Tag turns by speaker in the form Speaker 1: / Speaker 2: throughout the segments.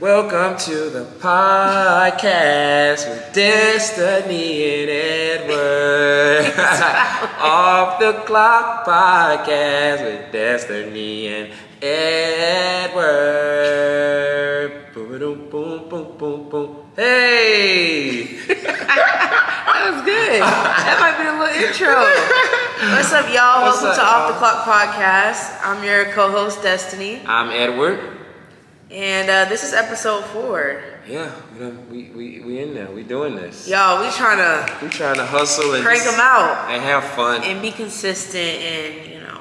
Speaker 1: Welcome to the podcast with Destiny and Edward. Off the clock podcast with Destiny and Edward. Boom, boom, boom, boom, boom. Hey!
Speaker 2: That was good. That might be a little intro. What's up, y'all?
Speaker 1: What's up,
Speaker 2: Welcome to Off the
Speaker 1: y'all?
Speaker 2: Clock Podcast. I'm your co-host Destiny,
Speaker 1: I'm Edward.
Speaker 2: and uh, this is episode four.
Speaker 1: Yeah, we done- we, we, we in there. We doing this.
Speaker 2: Y'all, we trying to
Speaker 1: We trying to hustle and
Speaker 2: crank
Speaker 1: just-
Speaker 2: them out
Speaker 1: and have fun.
Speaker 2: and be consistent, and you know,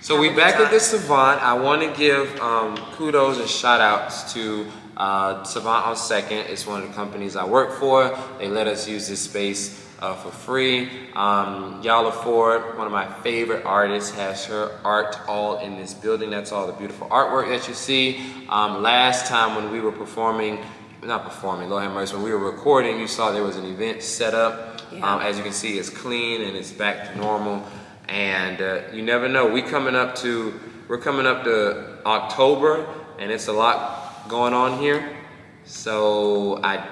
Speaker 1: So we
Speaker 2: Have a good
Speaker 1: back at
Speaker 2: time.
Speaker 1: the Savant. I want to give um, kudos and shout outs to uh, Savant on Second. It's one of the companies I work for. They let us use this space uh, for free. Um, Yala Ford, one of my favorite artists, has her art all in this building. That's all the beautiful artwork that you see. Um, last time when we were performing, not performing, Lord have mercy, when we were recording, you saw there was an event set up.
Speaker 2: Yeah.
Speaker 1: Um, as you can see, it's clean and it's back to normal. And uh, you never know. We coming up to we're coming up to October, and it's a lot going on here. So I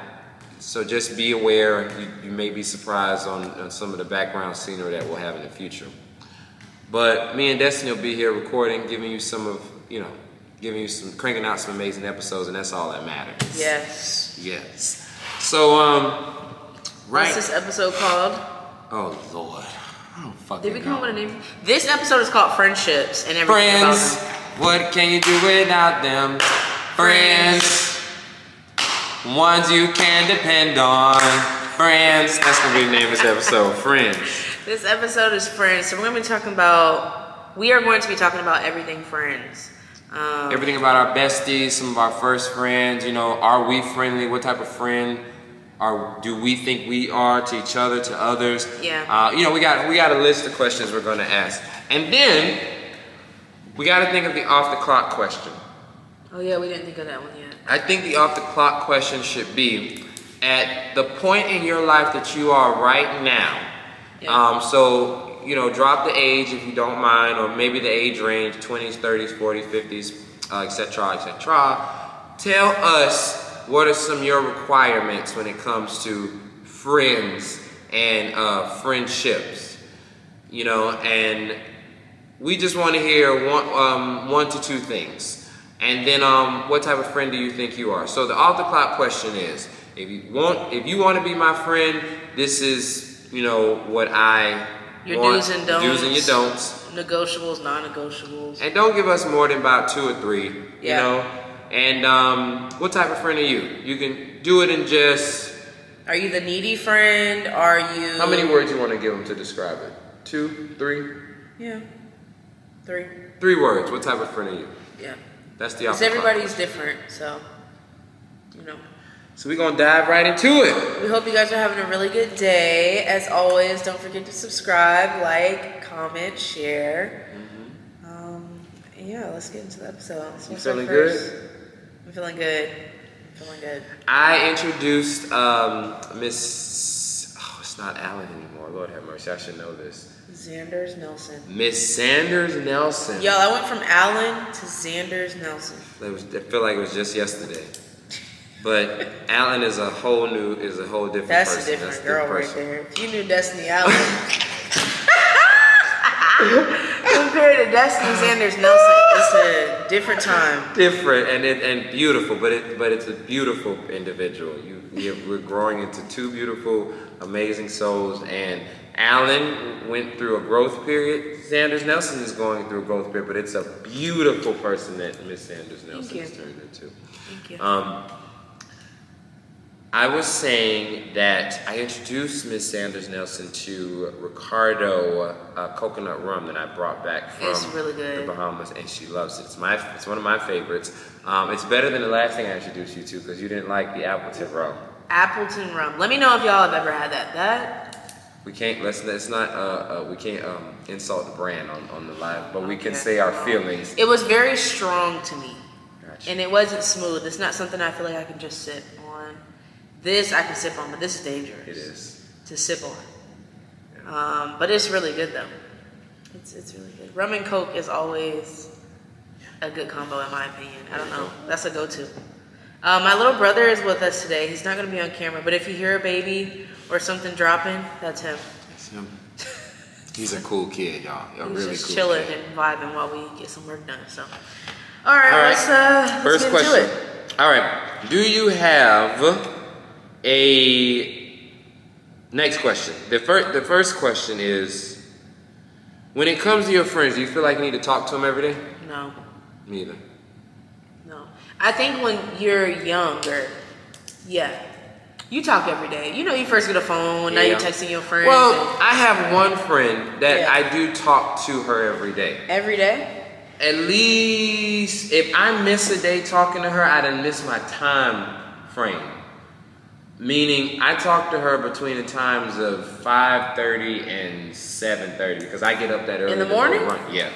Speaker 1: so just be aware. You, you may be surprised on, on some of the background scenery that we'll have in the future. But me and Destiny will be here recording, giving you some of you know, giving you some cranking out some amazing episodes, and that's all that matters.
Speaker 2: yes.
Speaker 1: Yes. So um, right.
Speaker 2: What's this episode called?
Speaker 1: Oh Lord. I don't fucking
Speaker 2: Did we come
Speaker 1: know.
Speaker 2: up with a name? This episode is called Friendships and everything about
Speaker 1: Friends.
Speaker 2: them.
Speaker 1: What can you do without them? Friends. Ones you can depend on. Friends. That's gonna be the name of this episode. Friends.
Speaker 2: This episode is Friends, so we're gonna be talking about. We are going to be talking about everything Friends. Um,
Speaker 1: Everything about our besties, some of our first friends, you know, are we friendly? What type of friend are do we think we are to each other, to others?
Speaker 2: Yeah.
Speaker 1: Uh, you know, we got we got a list of questions we're gonna ask. And then we gotta think of the off the clock question.
Speaker 2: oh yeah, we didn't think of that one yet.
Speaker 1: I think the off the clock question should be at the point in your life that you are right now.
Speaker 2: Yeah.
Speaker 1: Um, so, you know, drop the age if you don't mind, or maybe the age range 20s, 30s, 40s, 50s, uh, et cetera, et cetera. Tell us what are some of your requirements when it comes to friends and uh, friendships, you know, and we just want to hear one, um, one to two things. And then, um, what type of friend do you think you are? So the off the clock question is: if you want, if you want to be my friend, this is, you know, what I
Speaker 2: Your
Speaker 1: want.
Speaker 2: do's and don'ts.
Speaker 1: Do's and your don'ts.
Speaker 2: Negotiables, non-negotiables.
Speaker 1: And don't give us more than about two or three. You
Speaker 2: Yeah.
Speaker 1: know. And um, what type of friend are you? You can do it in just
Speaker 2: Are you the needy friend? Are you
Speaker 1: how many words you want to give them to describe it? Two, three,
Speaker 2: Yeah, three.
Speaker 1: three words. What type of friend are you?
Speaker 2: Yeah,
Speaker 1: That's the off
Speaker 2: because
Speaker 1: the clock.
Speaker 2: everybody's different, so you know.
Speaker 1: So we're gonna dive right into it.
Speaker 2: We hope you guys are having a really good day. As always, don't forget to subscribe, like, comment, share. Um, yeah, let's get into the episode. So what's our
Speaker 1: Mm-hmm. feeling
Speaker 2: first- I'm feeling good. I'm feeling good.
Speaker 1: I introduced um, Miss. Oh, it's not Allen anymore. Lord have mercy. I should know this.
Speaker 2: Xander's Nelson.
Speaker 1: Miss Sanders Nelson.
Speaker 2: Y'all, I went from Allen to Xander's Nelson.
Speaker 1: It was, I feel like it was just yesterday. But Allen is a whole new, is a whole different
Speaker 2: That's a
Speaker 1: person.
Speaker 2: different girl right there. If you knew Destiny Allen. Compared to Destiny Sanders Nelson, it's a different time.
Speaker 1: Different and it, and beautiful, but it but it's a beautiful individual. You we have, we're growing into two beautiful, amazing souls. And Allen went through a growth period. Sanders Nelson is going through a growth period, but it's a beautiful person that Miss Sanders Nelson
Speaker 2: you.
Speaker 1: has turned into.
Speaker 2: Thank you.
Speaker 1: Um, I was saying that I introduced Miss Sanders Nelson to Ricardo uh, coconut rum that I brought back from
Speaker 2: It's really good.
Speaker 1: the Bahamas, and she loves it. It's my it's one of my favorites. Um, it's better than the last thing I introduced you to because you didn't like the Appleton rum.
Speaker 2: Appleton rum. Let me know if y'all have ever had that. That
Speaker 1: We can't let's let's not uh, uh, we can't um, insult the brand on, on the live, but we can
Speaker 2: Okay.
Speaker 1: say our feelings.
Speaker 2: it was very strong to me,
Speaker 1: Gotcha.
Speaker 2: and it wasn't smooth. It's not something I feel like I can just sip on. This I can sip on, but this is dangerous.
Speaker 1: It is.
Speaker 2: to sip on. Um, but it's really good though. It's, it's really good. Rum and Coke is always a good combo in my opinion. I don't know. That's a go-to. Uh, my little brother is with us today. He's not going to be on camera, but if you hear a baby or something dropping, that's him.
Speaker 1: That's him. He's a cool kid, y'all. A
Speaker 2: He's
Speaker 1: Oh, really
Speaker 2: just
Speaker 1: cool
Speaker 2: chilling
Speaker 1: kid.
Speaker 2: and vibing while we get some work done. So, all right,
Speaker 1: All right.
Speaker 2: let's uh, let's
Speaker 1: First
Speaker 2: get
Speaker 1: question.
Speaker 2: into it.
Speaker 1: All right. Do you have a next question? The first the first question is when it comes to your friends, do you feel like you need to talk to them every day?
Speaker 2: No,
Speaker 1: Me either.
Speaker 2: no. I think when you're younger, yeah, you talk every day. You know, you first get a phone. Now
Speaker 1: Yeah.
Speaker 2: you're texting your friends.
Speaker 1: Well, I have one friend that
Speaker 2: Yeah.
Speaker 1: I do talk to her every day.
Speaker 2: and- every day.
Speaker 1: At least if I miss a day talking to her, I done miss my time frame. Meaning I talk to her between the times of 5:30 and 7:30 because I get up that early.
Speaker 2: In the
Speaker 1: to go
Speaker 2: morning?
Speaker 1: run. Yeah.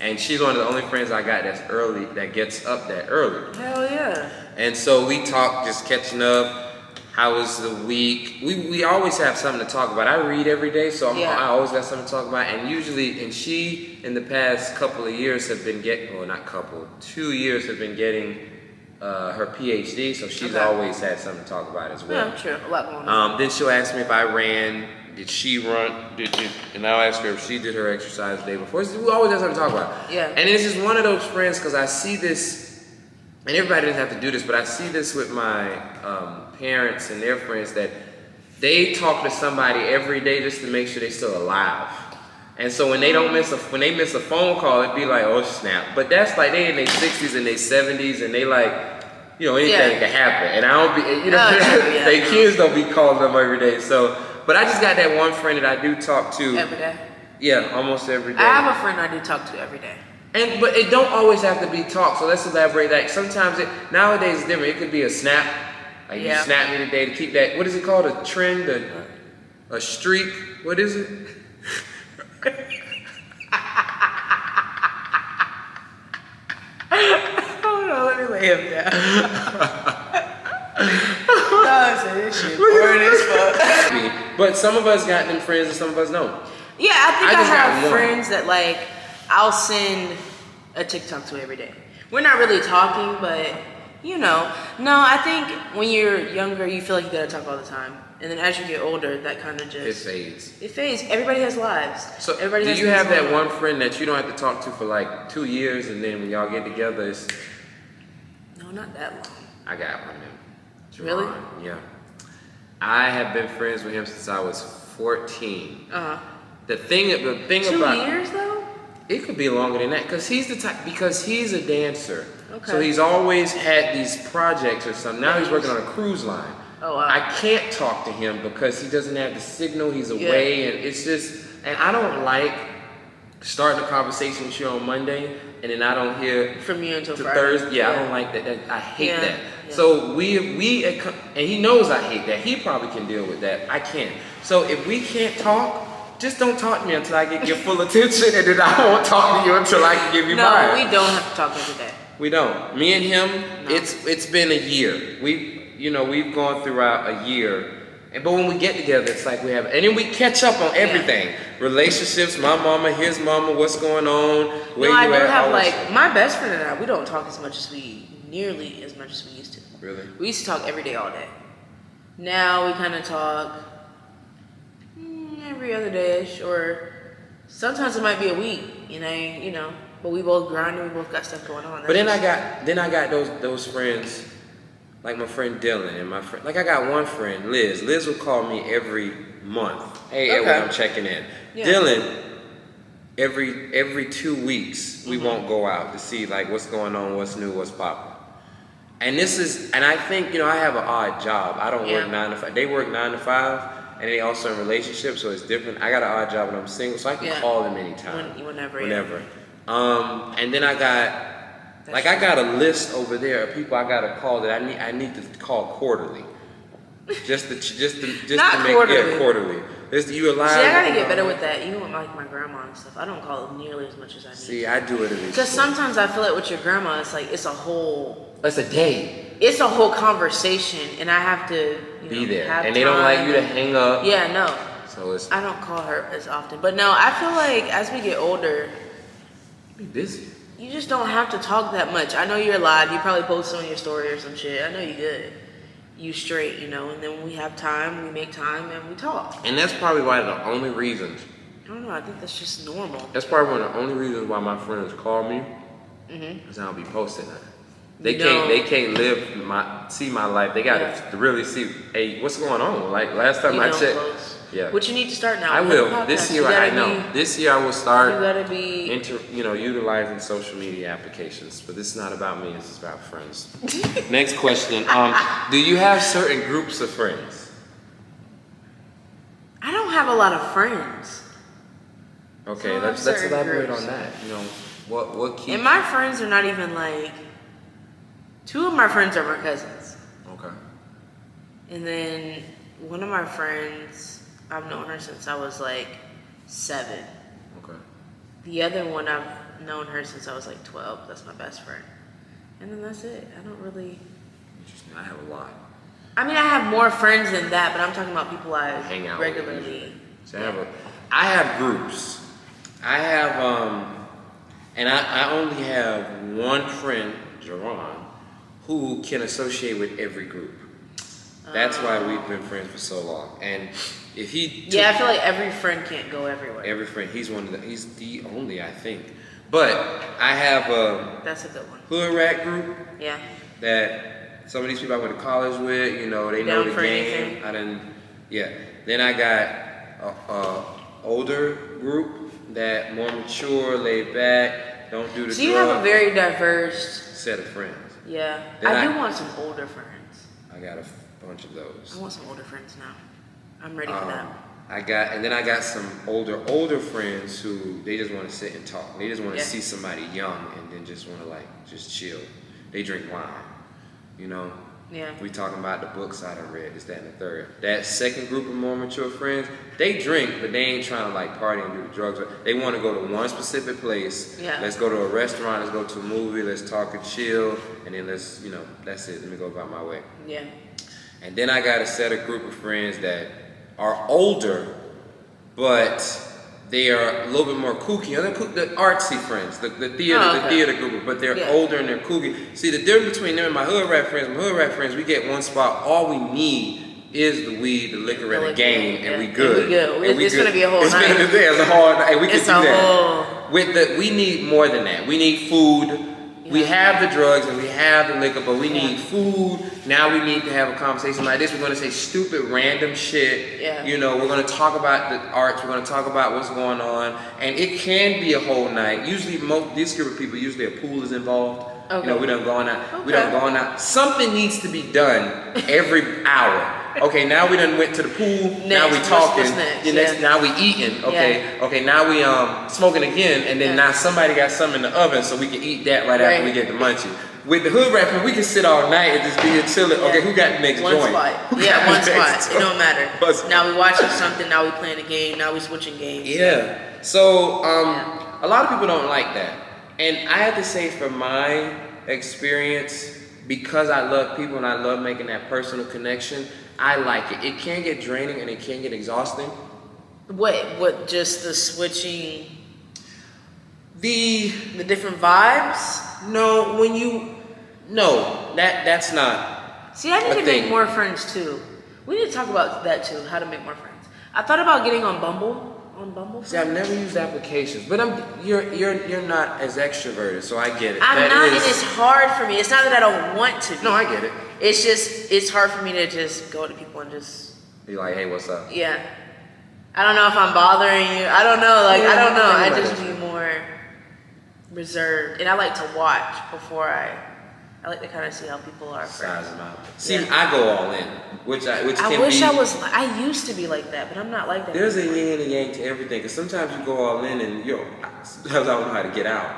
Speaker 1: And she's one of the only friends I got that's early that gets up that early.
Speaker 2: Hell yeah.
Speaker 1: And so we talk, just catching up. How was the week? We, we always have something to talk about. I read every day, so I'm,
Speaker 2: Yeah.
Speaker 1: I always got something to talk about. And usually, and she in the past couple of years have been getting, well, not couple, two years have been getting uh, her PhD, so she's
Speaker 2: Okay.
Speaker 1: always had something to talk about as well.
Speaker 2: Yeah, true. A lot going on.
Speaker 1: Um, then she'll ask me if I ran. Did she run? Did, did and I'll ask her if she did her exercise the day before. So We always have something to talk about.
Speaker 2: Yeah.
Speaker 1: And it's just one of those friends because I see this, and everybody doesn't have to do this, but I see this with my um, parents and their friends that they talk to somebody every day just to make sure they're still alive. And so when they don't miss a when they miss a phone call, it'd be like, oh snap. But that's like they in their sixties and their seventies and they like, you know, anything
Speaker 2: Yeah.
Speaker 1: can happen. And I don't be you know
Speaker 2: Oh, true, yeah,
Speaker 1: they
Speaker 2: no.
Speaker 1: kids don't be calling them every day. So, but I just got that one friend that I do talk to.
Speaker 2: every day.
Speaker 1: yeah, almost every day.
Speaker 2: I have a friend I do talk to every day.
Speaker 1: and but it don't always have to be talk. So let's elaborate that. Sometimes it nowadays it's different. It could be a snap. Like
Speaker 2: Yeah.
Speaker 1: you snap me today to keep that. What is it called? A trend? A, a streak? What is it?
Speaker 2: Hold on, let me lay him down. no, it's an issue.
Speaker 1: but some of us got them friends and some of us don't.
Speaker 2: Yeah, I
Speaker 1: I
Speaker 2: think I,
Speaker 1: just got
Speaker 2: have
Speaker 1: one.
Speaker 2: friends that like I'll send a TikTok to every day. We're not really talking, but you know, no, I think when you're younger, you feel like you gotta talk all the time, and then as you get older, that kind of
Speaker 1: It
Speaker 2: just
Speaker 1: fades.
Speaker 2: it fades. Everybody has lives.
Speaker 1: So
Speaker 2: everybody.
Speaker 1: do
Speaker 2: has
Speaker 1: you
Speaker 2: things
Speaker 1: have that
Speaker 2: going on.
Speaker 1: one friend that you don't have to talk to for like two years, and then when y'all get together, it's
Speaker 2: No, not that long.
Speaker 1: I got one of them.
Speaker 2: Really?
Speaker 1: Jerron, Yeah. I have been friends with him since I was 14.
Speaker 2: Uh huh.
Speaker 1: The thing, the thing
Speaker 2: Two
Speaker 1: Uh-huh. about
Speaker 2: years though.
Speaker 1: it could be longer than that because he's the type because he's a dancer. So
Speaker 2: Okay.
Speaker 1: he's always had these projects or something. Now he's working on a cruise line.
Speaker 2: Oh, wow.
Speaker 1: I can't talk to him because he doesn't have the signal. He's
Speaker 2: Yeah.
Speaker 1: away, and it's just and I don't like starting a conversation with you on Monday and then I don't hear
Speaker 2: From you until
Speaker 1: to
Speaker 2: Friday.
Speaker 1: Thursday. Yeah, I don't like that. that I hate
Speaker 2: Yeah,
Speaker 1: that.
Speaker 2: yeah.
Speaker 1: So we we and he knows I hate that. He probably can deal with that. I can't. So if we can't talk. Just don't talk to me until I get your full attention, and then I won't talk to you until I can give you
Speaker 2: No,
Speaker 1: mine.
Speaker 2: we don't have to talk every day.
Speaker 1: We don't. Me and him,
Speaker 2: No.
Speaker 1: it's it's been a year. We you know we've gone throughout a year, and but when we get together, it's like we have, and then we catch up on everything: relationships, my mama, his mama, what's going on, where
Speaker 2: no, I
Speaker 1: you
Speaker 2: do
Speaker 1: at,
Speaker 2: have
Speaker 1: all this
Speaker 2: like my best friend and I. We don't talk as much as we nearly as much as we used to.
Speaker 1: shit. really.
Speaker 2: We used to talk every day, all day. Now we kind of talk mm, every other day ish, or sometimes it might be a week, and I, you know, but we both grind and we both got stuff going on.
Speaker 1: But then I
Speaker 2: That's
Speaker 1: got then I got those those friends, like my friend Dylan and my friend like I got one friend Liz. Liz will call me every month. Hey, Edwin,
Speaker 2: Okay.
Speaker 1: I'm checking in.
Speaker 2: Yeah.
Speaker 1: Dylan, every every two weeks
Speaker 2: Mm-hmm.
Speaker 1: we won't go out to see like what's going on, what's new, what's popping. And this is and I think you know I have an odd job. I don't work
Speaker 2: Yeah.
Speaker 1: nine to five. They work nine to five. And they also in relationships, so it's different. I got an odd job and I'm single, so I can
Speaker 2: Yeah.
Speaker 1: call them anytime,
Speaker 2: When- whenever, yeah.
Speaker 1: whenever. Um, and then I got
Speaker 2: just-
Speaker 1: like I got a list over there of people I got to call that I need. I need to call quarterly, just to just to just
Speaker 2: Not
Speaker 1: to make yeah
Speaker 2: quarterly.
Speaker 1: quarterly. This you alive?
Speaker 2: See, I gotta get better with that. Even with like my grandma and stuff, I don't call it nearly as much as I need.
Speaker 1: See, I do it every.
Speaker 2: because sometimes I feel like with your grandma, it's like it's a whole,
Speaker 1: that's a day.
Speaker 2: it's a whole conversation, and I have to you
Speaker 1: Be
Speaker 2: know,
Speaker 1: there,
Speaker 2: have
Speaker 1: and they don't like you to
Speaker 2: time.
Speaker 1: hang up.
Speaker 2: Yeah, no.
Speaker 1: So it's
Speaker 2: I don't call her as often, but no, I feel like as we get older,
Speaker 1: be busy.
Speaker 2: you just don't have to talk that much. I know you're live. You probably post on your story or some shit. I know you good. You straight, you know. And then when we have time, we make time and we talk.
Speaker 1: And that's probably why the only reasons,
Speaker 2: I don't know. I think that's just normal.
Speaker 1: that's probably one of the only reasons why my friends call me
Speaker 2: hmm
Speaker 1: because I don't be posting that. They
Speaker 2: No.
Speaker 1: can't. They can't live my see my life. They gotta
Speaker 2: Yeah.
Speaker 1: really see. Hey, what's going on? Like last time
Speaker 2: You
Speaker 1: I
Speaker 2: don't
Speaker 1: checked,
Speaker 2: post.
Speaker 1: yeah.
Speaker 2: What you need to start now.
Speaker 1: I
Speaker 2: another
Speaker 1: will this
Speaker 2: podcast.
Speaker 1: year.
Speaker 2: You gotta
Speaker 1: I know
Speaker 2: Be,
Speaker 1: this year I will
Speaker 2: you
Speaker 1: start
Speaker 2: gotta be.
Speaker 1: inter, you know utilizing social media applications. But this is not about me. This is about friends. Next question. Um, do you have certain groups of friends?
Speaker 2: I don't have a lot of friends,
Speaker 1: Okay,
Speaker 2: So I
Speaker 1: let's
Speaker 2: have
Speaker 1: let's
Speaker 2: certain
Speaker 1: elaborate
Speaker 2: groups.
Speaker 1: on that. You know what what keeps
Speaker 2: and my friends are not even like. Two of my friends are my cousins.
Speaker 1: okay.
Speaker 2: And then one of my friends, I've known her since I was like seven.
Speaker 1: Okay.
Speaker 2: The other one, I've known her since I was like 12. That's my best friend. And then that's it. I don't really.
Speaker 1: Interesting. I have a lot.
Speaker 2: I mean, I have more friends than that, but I'm talking about people I
Speaker 1: Hang out with
Speaker 2: regularly.
Speaker 1: So I have a, I have groups. I have um, and I, I only have one friend, Jerron, who can associate with every group. That's why we've been friends for so long. And if he took
Speaker 2: Oh. Yeah, I feel like every friend can't go everywhere.
Speaker 1: every friend, he's one of the he's the only I think. But I have a
Speaker 2: That's a good one.
Speaker 1: hood rat group
Speaker 2: Yeah.
Speaker 1: that some of these people I went to college with, you know, they know
Speaker 2: Down
Speaker 1: the
Speaker 2: for
Speaker 1: game.
Speaker 2: anything.
Speaker 1: I didn't, yeah. Then I got a, a older group that more mature, laid back, don't do the
Speaker 2: So you
Speaker 1: drug
Speaker 2: have a very diverse.
Speaker 1: set of friends.
Speaker 2: Yeah.
Speaker 1: Then
Speaker 2: I do
Speaker 1: I-
Speaker 2: want some older friends.
Speaker 1: I got a f- bunch of those.
Speaker 2: I want some older friends now. I'm ready for
Speaker 1: Um,
Speaker 2: that.
Speaker 1: I got, and then I got some older, older friends who they just want to sit and talk. They just want to
Speaker 2: Yeah.
Speaker 1: see somebody young and then just want to like just chill. They drink wine, you know.
Speaker 2: Yeah.
Speaker 1: We talking about the books I done read, this, that, and the third. That second group of more mature friends, they drink, but they ain't trying to like party and do the drugs. They want to go to one specific place.
Speaker 2: Yeah.
Speaker 1: Let's go to a restaurant. Let's go to a movie. Let's talk and chill, and then let's, you know, that's it. Let me go about my way.
Speaker 2: Yeah.
Speaker 1: And then I got a set of group of friends that are older, but they are a little bit more kooky. And they're koo- the artsy friends, the, the theater,
Speaker 2: Oh,
Speaker 1: the
Speaker 2: okay.
Speaker 1: theater group, but they're
Speaker 2: Yeah.
Speaker 1: older and they're kooky. See, the difference between them and my hood rat friends, my hood rat friends, we get one spot. All we need is the weed, the liquor, and the
Speaker 2: liquor,
Speaker 1: game,
Speaker 2: yeah.
Speaker 1: and we
Speaker 2: And
Speaker 1: good.
Speaker 2: we good. It's gonna be a whole
Speaker 1: It's gonna
Speaker 2: night.
Speaker 1: be- yeah, it's a whole night. We can
Speaker 2: It's
Speaker 1: do
Speaker 2: a
Speaker 1: that.
Speaker 2: whole-
Speaker 1: With the, we need more than that. We need food. We
Speaker 2: Yeah.
Speaker 1: have the drugs and we have the liquor, but we
Speaker 2: Yeah.
Speaker 1: need food. Now we need to have a conversation like this. We're gonna say stupid, random shit.
Speaker 2: Yeah.
Speaker 1: You know, we're gonna talk about the arts. We're gonna talk about what's going on, and it can be a whole night. Usually, most these group of people usually a pool is involved.
Speaker 2: Okay.
Speaker 1: You know, we done gone out. We
Speaker 2: Okay.
Speaker 1: done gone out. Something needs to be done every hour. Okay, now we done went to the pool. now we
Speaker 2: Next, what's-
Speaker 1: talking.
Speaker 2: what's next?
Speaker 1: The next
Speaker 2: Yeah.
Speaker 1: now we eating, okay, okay, now we um smoking again, and then
Speaker 2: Yeah.
Speaker 1: now somebody got some in the oven, so we can eat that right, after
Speaker 2: Right.
Speaker 1: we get the munchie. With the hood wrapping, we can sit all night and just be here chilling. Okay, who got the next
Speaker 2: one
Speaker 1: joint? Who
Speaker 2: Spot.
Speaker 1: got
Speaker 2: Yeah,
Speaker 1: the
Speaker 2: one
Speaker 1: next
Speaker 2: spot. It don't matter.
Speaker 1: One spot.
Speaker 2: Now we watching something. Now we playing a game. Now we switching games.
Speaker 1: Yeah. So um,
Speaker 2: Yeah.
Speaker 1: a lot of people don't like that, and I have to say, from my experience, because I love people and I love making that personal connection, I like it. It can get draining and it can get exhausting.
Speaker 2: What? What? Just the switching,
Speaker 1: The
Speaker 2: the different vibes.
Speaker 1: No, when you no, that that's not.
Speaker 2: See, I need
Speaker 1: I
Speaker 2: to
Speaker 1: think-
Speaker 2: make more friends too. We need to talk about that too. How to make more friends. I thought about getting on Bumble. On Bumble.
Speaker 1: See, I've never used applications, but I'm you're you're you're not as extroverted, so I get it.
Speaker 2: I'm
Speaker 1: That
Speaker 2: not.
Speaker 1: is-
Speaker 2: It is hard for me. It's not that I don't want to. Be.
Speaker 1: no, I get it.
Speaker 2: It's just it's hard for me to just go to people and just
Speaker 1: Be like, hey, what's up?
Speaker 2: yeah. I don't know if I'm bothering you. I don't know. Like I
Speaker 1: Yeah,
Speaker 2: don't know.
Speaker 1: think
Speaker 2: I
Speaker 1: about
Speaker 2: just
Speaker 1: it.
Speaker 2: be more reserved, and I like to watch before I. I like to kind of see how people are.
Speaker 1: Size them out. See,
Speaker 2: Yeah.
Speaker 1: I go all in, which I which
Speaker 2: I
Speaker 1: can
Speaker 2: wish
Speaker 1: be.
Speaker 2: I was. li- I used to be like that, but I'm not like that.
Speaker 1: There's a yin and a yang to everything, because sometimes you go all in and yo, I- sometimes I don't know how to get out.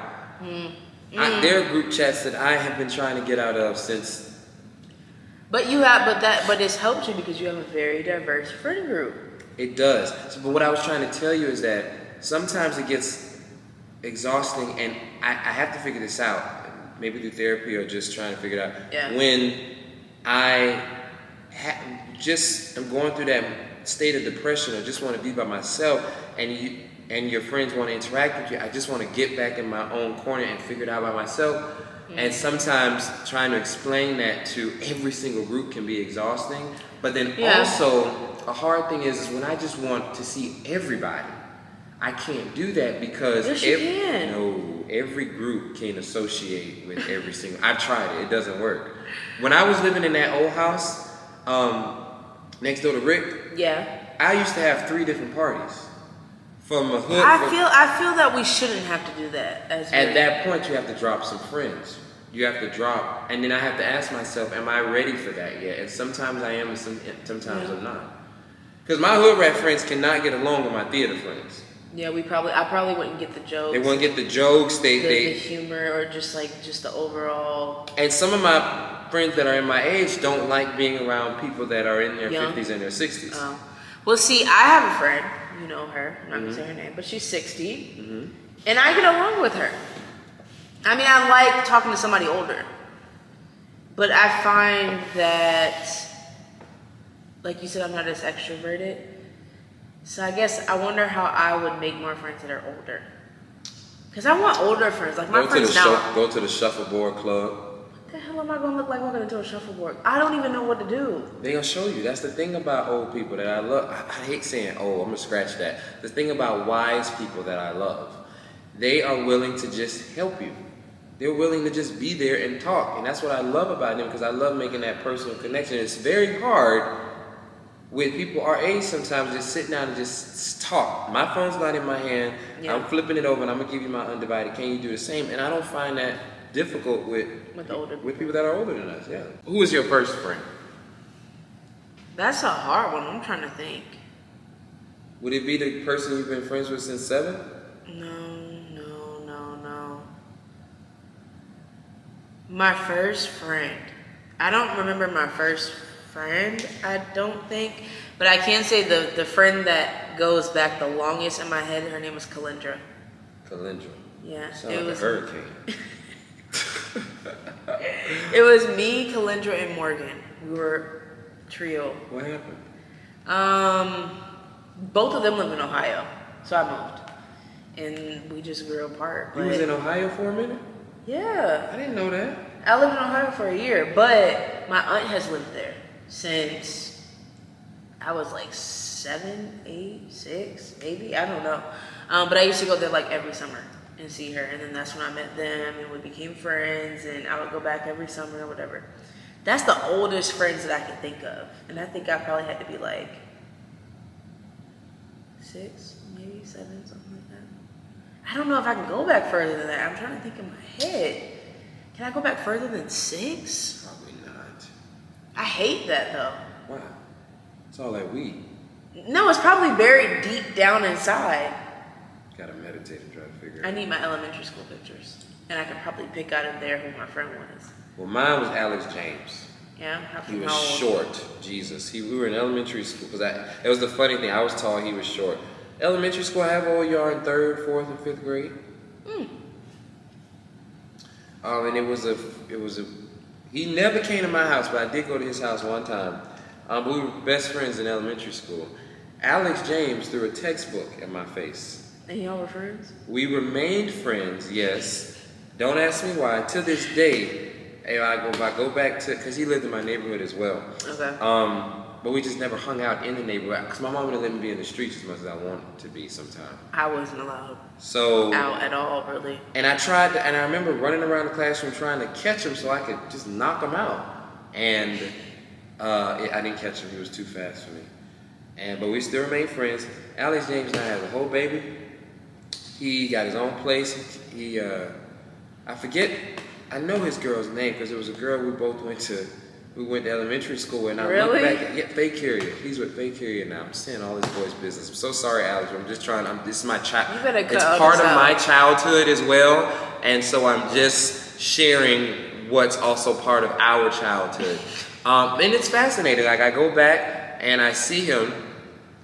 Speaker 2: Mm.
Speaker 1: I, there are group chats that I have been trying to get out of since
Speaker 2: but you have. But that. But it's helped you because you have a very diverse friend group.
Speaker 1: It does. So, but what I was trying to tell you is that sometimes it gets exhausting, and I, I have to figure this out, maybe through therapy or just trying to figure it out.
Speaker 2: Yeah.
Speaker 1: When I ha- just am going through that state of depression or just want to be by myself, and you, and your friends want to interact with you. I just want to get back in my own corner and figure it out by myself. And sometimes trying to explain that to every single group can be exhausting. But then
Speaker 2: Yeah.
Speaker 1: also, a hard thing is, is when I just want to see everybody, I can't do that because
Speaker 2: Yes, you
Speaker 1: ev-
Speaker 2: can.
Speaker 1: no, every group can associate with every single. I've tried it; it doesn't work. When I was living in that old house um, next door to Rick,
Speaker 2: Yeah.
Speaker 1: I used to have three different parties from a hood.
Speaker 2: I
Speaker 1: from-
Speaker 2: feel I feel that we shouldn't have to do that
Speaker 1: At
Speaker 2: as women.
Speaker 1: that point, you have to drop some friends. You have to drop, and then I have to ask myself, am I ready for that yet? And sometimes I am, and some, and sometimes I'm not. Because my hood rat friends cannot get along with my theater friends.
Speaker 2: Yeah, we probably I probably wouldn't get the jokes.
Speaker 1: They won't get the jokes. They,
Speaker 2: the, the
Speaker 1: they
Speaker 2: humor or just like just the overall
Speaker 1: and some of my friends that are in my age don't like being around people that are in their
Speaker 2: Young.
Speaker 1: fifties and their sixties.
Speaker 2: um, well see I have a friend, you know her, I'm not
Speaker 1: Mm-hmm.
Speaker 2: gonna say her name, but she's 60 and I get along with her. I mean I like talking to somebody older. But I find that like you said, I'm not as extroverted. So I guess I wonder how I would make more friends that are older. Cause I want older friends. Like my
Speaker 1: go to the
Speaker 2: friends now.
Speaker 1: shuff- go to the shuffleboard club.
Speaker 2: the hell am I gonna look like walking into a shuffleboard? I don't even know what to do.
Speaker 1: They gonna show you. That's the thing about old people that I love. I, I hate saying old. I'm gonna scratch that. The thing about wise people that I love, they are willing to just help you. They're willing to just be there and talk, and that's what I love about them because I love making that personal connection. It's very hard with people our age sometimes just sit down and just s- talk. My phone's not in my hand.
Speaker 2: Yeah.
Speaker 1: I'm flipping it over and I'm gonna give you my undivided. Can you do the same? And I don't find that difficult with
Speaker 2: With the older
Speaker 1: with people that are older than us. Yeah. Who was your first friend?
Speaker 2: That's a hard one. I'm trying to think.
Speaker 1: Would it be the person you've been friends with since seven?
Speaker 2: No, no, no, no. My first friend. I don't remember my first friend, I don't think. But I can say the, the friend that goes back the longest in my head, her name was Kalindra.
Speaker 1: Calendra.
Speaker 2: Yeah.
Speaker 1: Sound like a hurricane.
Speaker 2: it was me, Kalindra, and Morgan. We were trio.
Speaker 1: What happened?
Speaker 2: Um, both of them live in Ohio, so I moved, and we just grew apart.
Speaker 1: You
Speaker 2: but-
Speaker 1: was in Ohio for a minute?
Speaker 2: yeah,
Speaker 1: I didn't know that.
Speaker 2: I lived in Ohio for a year, but my aunt has lived there since I was like seven, eight, six, maybe I don't know. Um, but I used to go there like every summer and see her, and then that's when I met them and we became friends, and I would go back every summer or whatever. That's the oldest friends that I can think of, and I think I probably had to be like six, maybe seven, something like that. I don't know if I can go back further than that. I'm trying to think in my head. Can I go back further than six?
Speaker 1: Probably not.
Speaker 2: I hate that though.
Speaker 1: Wow. It's all that weed.
Speaker 2: No, it's probably buried deep down inside.
Speaker 1: Gotta meditate and try to figure it
Speaker 2: I
Speaker 1: out.
Speaker 2: need my elementary school pictures, and I could probably pick out of there who my friend was.
Speaker 1: Well, mine was Alex James.
Speaker 2: Yeah, how
Speaker 1: He
Speaker 2: can
Speaker 1: was
Speaker 2: how old?
Speaker 1: short. Jesus. He, we were in elementary school because I. It was the funny thing. I was tall. He was short. Elementary school. I have all y'all in third, fourth, and fifth grade.
Speaker 2: Hmm.
Speaker 1: Um, and it was a. It was a. He never came to my house, but I did go to his house one time. Um, but we were best friends in elementary school. Alex James threw a textbook at my face.
Speaker 2: And y'all were friends?
Speaker 1: We remained friends, yes. Don't ask me why. To this day, if I go, if I go back to, because he lived in my neighborhood as well.
Speaker 2: Okay.
Speaker 1: Um, but we just never hung out in the neighborhood because my mom wouldn't let me be in the streets as much as I wanted to be sometimes.
Speaker 2: I wasn't allowed
Speaker 1: So,
Speaker 2: out at all, really.
Speaker 1: and I tried, to, and I remember running around the classroom trying to catch him so I could just knock him out. And uh, it- I didn't catch him; he was too fast for me. And but we still remain friends. Alex James and I have a whole baby. He got his own place. He, uh, I forget, I know his girl's name because it was a girl we both went to. We went to elementary school, and I
Speaker 2: Really?
Speaker 1: look back. At, yeah, Faye Carrier. He's with Faye Carrier now. I'm saying all this boy's business. I'm so sorry, Alex. I'm just trying. I'm, this is my child.
Speaker 2: You better cut
Speaker 1: It's
Speaker 2: all
Speaker 1: part
Speaker 2: this
Speaker 1: of
Speaker 2: out.
Speaker 1: my childhood as well, and so I'm just sharing what's also part of our childhood. Um, and it's fascinating. Like I go back and I see him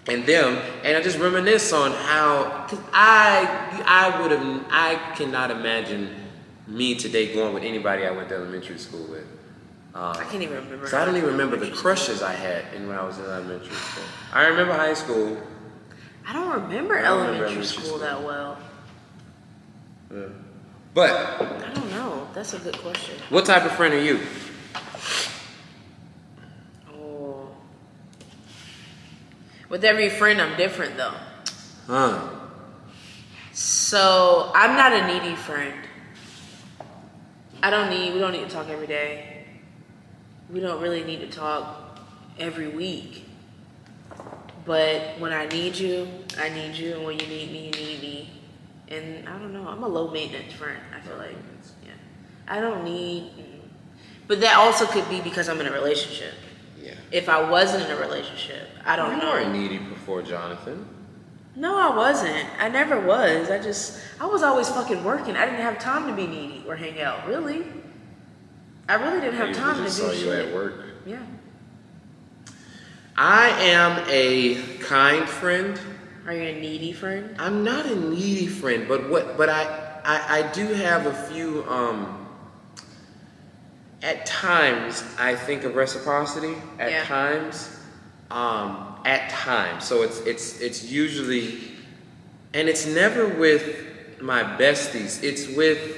Speaker 1: and them, and I just reminisce on how cause I I would have I cannot imagine me today going with anybody I went to elementary school with.
Speaker 2: I can't even remember.
Speaker 1: So I don't even remember the crushes I had in when I was in elementary school. I remember high school.
Speaker 2: I I don't remember
Speaker 1: I don't remember
Speaker 2: elementary,
Speaker 1: elementary
Speaker 2: school,
Speaker 1: school.
Speaker 2: that well.
Speaker 1: Yeah. But
Speaker 2: I don't know. That's a good question.
Speaker 1: what type of friend are you?
Speaker 2: Oh. With every friend, I'm different though.
Speaker 1: Huh?
Speaker 2: So I'm not a needy friend. I don't need. We don't need to talk every day. We don't really need to talk every week. But when I need you, I need you, and when you need me, you need me. And I don't know. I'm a low maintenance friend. I feel like, yeah. I don't need. But that also could be because I'm in a relationship.
Speaker 1: Yeah.
Speaker 2: If I wasn't in a relationship, I don't
Speaker 1: You
Speaker 2: know.
Speaker 1: weren't needy before Jonathan.
Speaker 2: No, I wasn't. I never was. I just, I was always fucking working. I didn't have time to be needy or hang out, really. I really didn't have
Speaker 1: Maybe
Speaker 2: time
Speaker 1: we
Speaker 2: to do
Speaker 1: just saw
Speaker 2: shit.
Speaker 1: you at work.
Speaker 2: Yeah.
Speaker 1: I am a kind friend.
Speaker 2: Are you a needy friend?
Speaker 1: I'm not a needy friend, but what? But I, I, I do have a few. Um, at times, I think of reciprocity. At
Speaker 2: Yeah.
Speaker 1: times, um, at times. So it's it's it's usually, and it's never with my besties. It's with.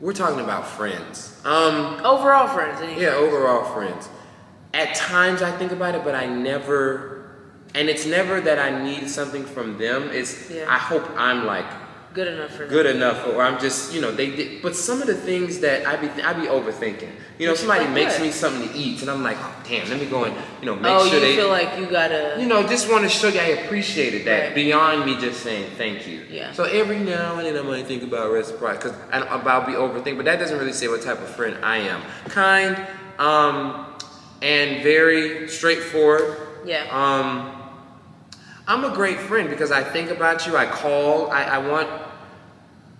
Speaker 1: We're talking about friends. Um.
Speaker 2: Overall friends, anyway.
Speaker 1: Yeah, overall friends. At times I think about it, but I never, and it's never that I need something from them. It's
Speaker 2: Yeah.
Speaker 1: I hope I'm like
Speaker 2: Good enough for
Speaker 1: good enough, or I'm just you know they. Did, but some of the things that I be I be overthinking. You know,
Speaker 2: Which is
Speaker 1: somebody
Speaker 2: like
Speaker 1: makes
Speaker 2: what?
Speaker 1: me something to eat, and I'm like, oh, damn, let me go and you know
Speaker 2: them.
Speaker 1: make
Speaker 2: oh,
Speaker 1: sure
Speaker 2: you
Speaker 1: they.
Speaker 2: feel like you gotta.
Speaker 1: you know, just want to show you I appreciated that
Speaker 2: Right.
Speaker 1: beyond me just saying thank you.
Speaker 2: Yeah.
Speaker 1: So every now and then I might think about reciprocity because about be overthink, but that doesn't really say what type of friend I am. Kind, um, and very straightforward.
Speaker 2: yeah.
Speaker 1: Um, I'm a great friend because I think about you. I call. I, I want.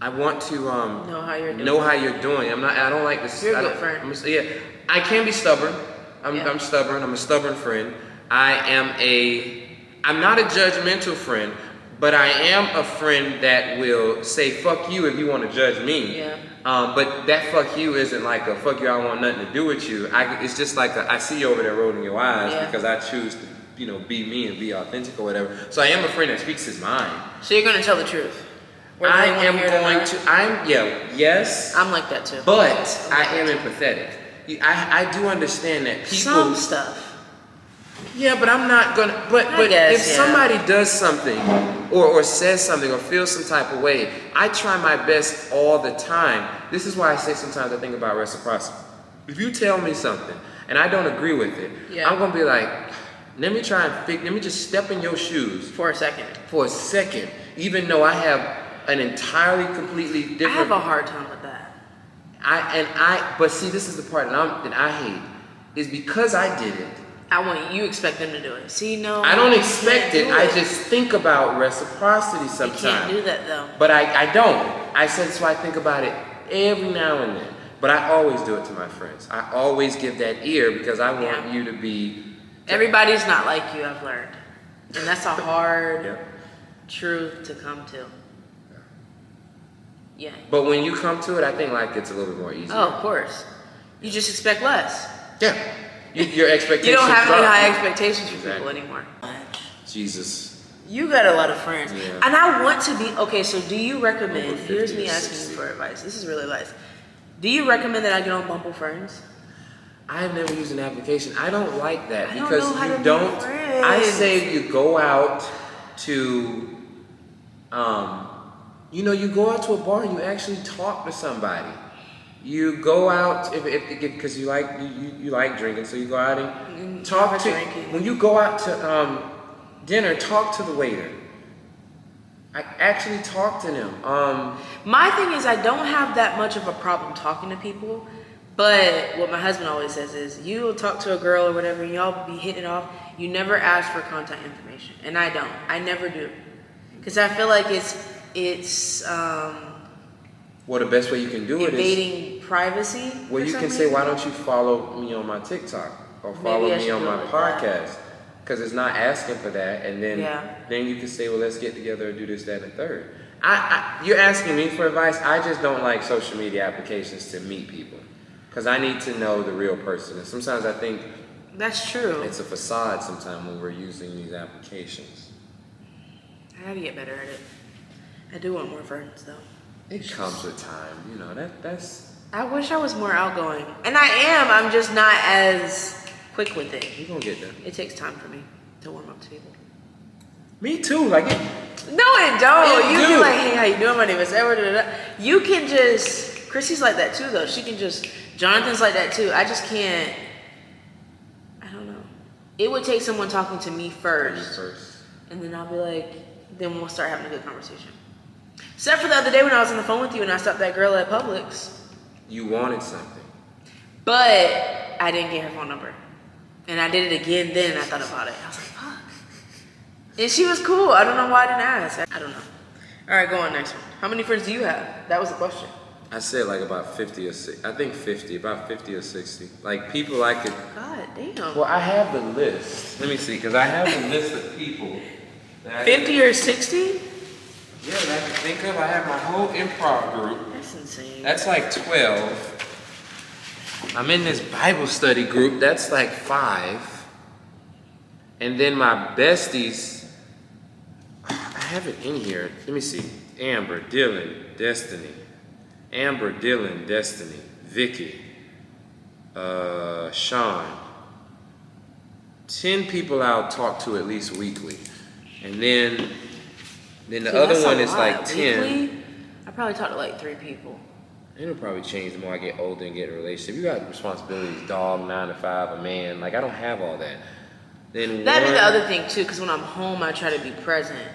Speaker 1: I want to um,
Speaker 2: Know how you're doing.
Speaker 1: Know how you're doing. I'm not. I don't like this.
Speaker 2: You're a
Speaker 1: I
Speaker 2: good
Speaker 1: don't-
Speaker 2: friend.
Speaker 1: I'm a- yeah, I can be stubborn. I'm,
Speaker 2: Yeah.
Speaker 1: I'm stubborn. I'm a stubborn friend. I am a. I'm not a judgmental friend, but I am a friend that will say "fuck you" if you want to judge me.
Speaker 2: Yeah.
Speaker 1: Um, but that "fuck you" isn't like a "fuck you." I want nothing to do with you. I, it's just like a, I see you over there rolling your eyes
Speaker 2: Yeah.
Speaker 1: because I choose to, you know, be me and be authentic or whatever. So I am a friend that speaks his mind.
Speaker 2: so you're gonna tell the truth. Whether
Speaker 1: I
Speaker 2: they wanna
Speaker 1: am
Speaker 2: hear it or
Speaker 1: going
Speaker 2: not.
Speaker 1: to. I'm yeah. Yes.
Speaker 2: I'm like that too.
Speaker 1: But I am empathetic. You- I, I do understand that people.
Speaker 2: Some stuff.
Speaker 1: yeah, but I'm not gonna. But
Speaker 2: I
Speaker 1: but
Speaker 2: guess,
Speaker 1: if
Speaker 2: yeah.
Speaker 1: somebody does something, or or says something, or feels some type of way, I try my best all the time. This is why I say sometimes I think about reciprocity. If you tell me something and I don't agree with it,
Speaker 2: Yeah.
Speaker 1: I'm gonna be like, let me try and fix. Let me just step in your shoes
Speaker 2: For a second.
Speaker 1: for a second, even though I have an entirely completely
Speaker 2: I
Speaker 1: different.
Speaker 2: have a hard time with that.
Speaker 1: I and I, but see, this is the part that, I'm, that I hate is because I did it.
Speaker 2: I want you expect them to do it. See, no.
Speaker 1: I don't
Speaker 2: you
Speaker 1: expect it.
Speaker 2: can't do
Speaker 1: I just think about reciprocity
Speaker 2: You can't do
Speaker 1: sometimes.
Speaker 2: that though.
Speaker 1: But I, I don't. I said so. I think about it every now and then. But I always do it to my friends. I always give that ear because I want
Speaker 2: Yeah.
Speaker 1: you to be.
Speaker 2: Everybody's not like you, I've learned. And that's a hard
Speaker 1: Yeah.
Speaker 2: truth to come to. Yeah.
Speaker 1: But when you come to it, I think life gets a little bit more easy.
Speaker 2: Oh, of course. You just expect less.
Speaker 1: Yeah. You, your expectations.
Speaker 2: You don't have any
Speaker 1: drop.
Speaker 2: high expectations for
Speaker 1: Exactly.
Speaker 2: people anymore.
Speaker 1: Jesus.
Speaker 2: You got a lot of friends.
Speaker 1: Yeah.
Speaker 2: And I want to be okay, so do you
Speaker 1: Over
Speaker 2: recommend
Speaker 1: 50
Speaker 2: here's me
Speaker 1: or
Speaker 2: asking
Speaker 1: 60.
Speaker 2: you for advice. This is real advice. Do you recommend that I get on Bumble Friends?
Speaker 1: I have never used an application. I don't like that
Speaker 2: I don't
Speaker 1: because
Speaker 2: know how to
Speaker 1: you
Speaker 2: make
Speaker 1: don't. I
Speaker 2: friends.
Speaker 1: say you go out to, um, you know, you go out to a bar and you actually talk to somebody. You go out if if because you like you, you, you like drinking, so you go out and
Speaker 2: Mm,
Speaker 1: talk
Speaker 2: have a
Speaker 1: to.
Speaker 2: drink.
Speaker 1: When you go out to um, dinner, talk to the waiter. I actually talk to them. Um,
Speaker 2: My thing is, I don't have that much of a problem talking to people, but what my husband always says is, you'll talk to a girl or whatever, and y'all be hitting it off. You never ask for contact information, and I don't. I never do, because I feel like it's it's um,
Speaker 1: well, the best way you can do it is.
Speaker 2: invading privacy.
Speaker 1: Well,
Speaker 2: for
Speaker 1: you
Speaker 2: some
Speaker 1: can say,
Speaker 2: reason.
Speaker 1: why don't you follow me on my TikTok or
Speaker 2: Maybe
Speaker 1: follow
Speaker 2: I
Speaker 1: me
Speaker 2: should
Speaker 1: on
Speaker 2: do
Speaker 1: my
Speaker 2: it like
Speaker 1: podcast? Because it's not asking for that, and then
Speaker 2: Yeah.
Speaker 1: then you can say, well, let's get together and do this, that, and the third. I, I you're asking me for advice. I just don't like social media applications to meet people because I need to know the real person. And sometimes I think
Speaker 2: That's true.
Speaker 1: it's a facade. Sometimes when we're using these applications,
Speaker 2: I gotta get better at it. I do want more friends though.
Speaker 1: It comes with time, you know. That that's
Speaker 2: I wish I was more outgoing, and I am. I'm just not as quick with it.
Speaker 1: you gonna get there.
Speaker 2: It takes time for me to warm up to people.
Speaker 1: Me too. Like it,
Speaker 2: No, it don't.
Speaker 1: It
Speaker 2: you
Speaker 1: do.
Speaker 2: can like, hey, how you doing? My name is Edward. da, da, da. You can just. Chrissy's like that too, though. She can just. Jonathan's like that too. I just can't. I don't know. It would take someone talking to me first,
Speaker 1: first.
Speaker 2: and then I'll be like, then we'll start having a good conversation. Except for the other day when I was on the phone with you and I stopped that girl at Publix,
Speaker 1: You wanted something.
Speaker 2: but I didn't get her phone number, and I did it again. Then and I thought about it. I was like, fuck. And she was cool. I don't know why I didn't ask. I don't know. All right, go on next one. How many friends do you have? That was the question.
Speaker 1: I said like about fifty or six. I think fifty, about fifty or sixty. Like people I could.
Speaker 2: God damn.
Speaker 1: Well, I have the list. Let me see, because I have a list of people. That I,
Speaker 2: Fifty or sixty?
Speaker 1: Yeah, that I can think of. I have my whole improv group.
Speaker 2: That's insane.
Speaker 1: That's like 12. I'm in this Bible study group. That's like five. And then my besties, I have it in here. Let me see. Amber, Dylan, Destiny. Amber, Dylan, Destiny. Vicky, uh, Sean. 10 people I'll talk to at least weekly. And then then the
Speaker 2: Dude,
Speaker 1: other
Speaker 2: that's a
Speaker 1: one is
Speaker 2: lot.
Speaker 1: like 10.
Speaker 2: Weekly, I probably talked to like three people.
Speaker 1: It'll probably change the more I get older and get in a relationship. You got responsibilities, dog, nine to five, a man. Like I don't have all that. Then
Speaker 2: That'd
Speaker 1: one-
Speaker 2: be the other thing too, because when I'm home, I try to be present.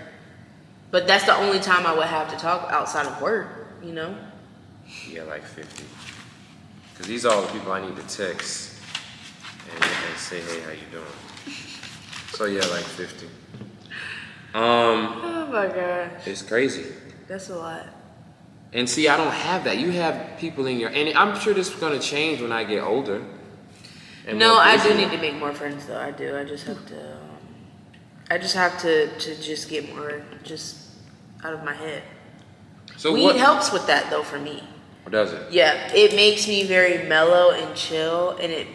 Speaker 2: But that's the only time I would have to talk outside of work. You know?
Speaker 1: Yeah, like fifty. Cause these are all the people I need to text and, and say, hey, how you doing? So yeah, like fifty. Um,
Speaker 2: Oh my god,
Speaker 1: it's crazy.
Speaker 2: that's a lot.
Speaker 1: And see, I don't have that. You have people in your, and I'm sure this is gonna change when I get older. and
Speaker 2: no,
Speaker 1: more
Speaker 2: I do
Speaker 1: busy.
Speaker 2: need to make more friends though. I do. I just have to. Um, I just have to to just get more just out of my head.
Speaker 1: So
Speaker 2: Weed
Speaker 1: what
Speaker 2: helps with that though for me.
Speaker 1: Or does it?
Speaker 2: Yeah, it makes me very mellow and chill, and it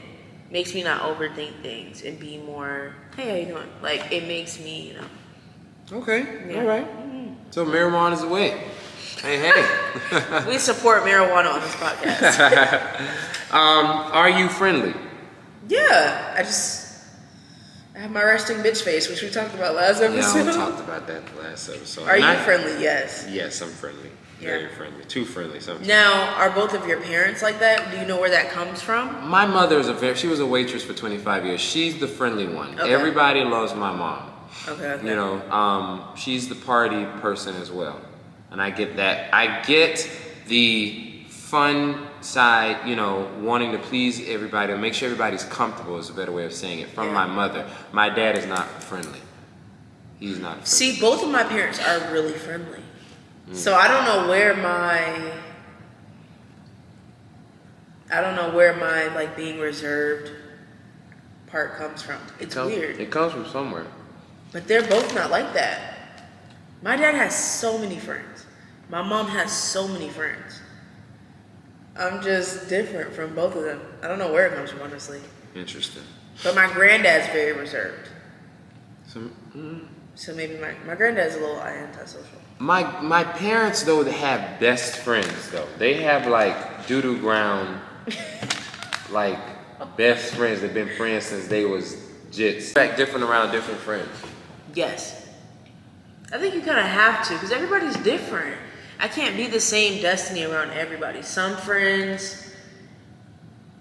Speaker 2: makes me not overthink things and be more. Hey, how you doing? Like it makes me, you know.
Speaker 1: Okay.
Speaker 2: Yeah.
Speaker 1: All right. Mm-hmm. So marijuana is the way. Hey, hey.
Speaker 2: We support marijuana on this podcast.
Speaker 1: um, are you friendly?
Speaker 2: yeah, I just I have my resting bitch face, which we talked about last
Speaker 1: Yeah,
Speaker 2: episode.
Speaker 1: we talked about that the last episode.
Speaker 2: Are
Speaker 1: And
Speaker 2: you
Speaker 1: I-
Speaker 2: friendly? Yes.
Speaker 1: Yes, I'm friendly.
Speaker 2: Yeah.
Speaker 1: Very friendly. Too friendly sometimes.
Speaker 2: Now, are both of your parents like that? Do you know where that comes from?
Speaker 1: My mother is a very, she was a waitress for 25 years. She's the friendly one.
Speaker 2: Okay.
Speaker 1: Everybody loves my mom.
Speaker 2: Okay. okay.
Speaker 1: You know, um, she's the party person as well. And I get that. I get the fun side, you know, wanting to please everybody and make sure everybody's comfortable is a better way of saying it from
Speaker 2: Yeah.
Speaker 1: my mother. My dad is not friendly. He's not friendly.
Speaker 2: See, both of my parents are really friendly. So I don't know where my I don't know where my like being reserved part comes from. It's
Speaker 1: comes,
Speaker 2: weird.
Speaker 1: It comes from somewhere.
Speaker 2: But they're both not like that. My dad has so many friends. My mom has so many friends. I'm just different from both of them. I don't know where it comes from, honestly.
Speaker 1: Interesting.
Speaker 2: But my granddad's very reserved.
Speaker 1: So, mm.
Speaker 2: So maybe my, my granddad's a little antisocial.
Speaker 1: my my parents though they have best friends though. They have like doodoo ground, like best friends. They've been friends since they was jits. Back different around different friends.
Speaker 2: Yes. I think you kind of have to because everybody's different. I can't be the same destiny around everybody. Some friends,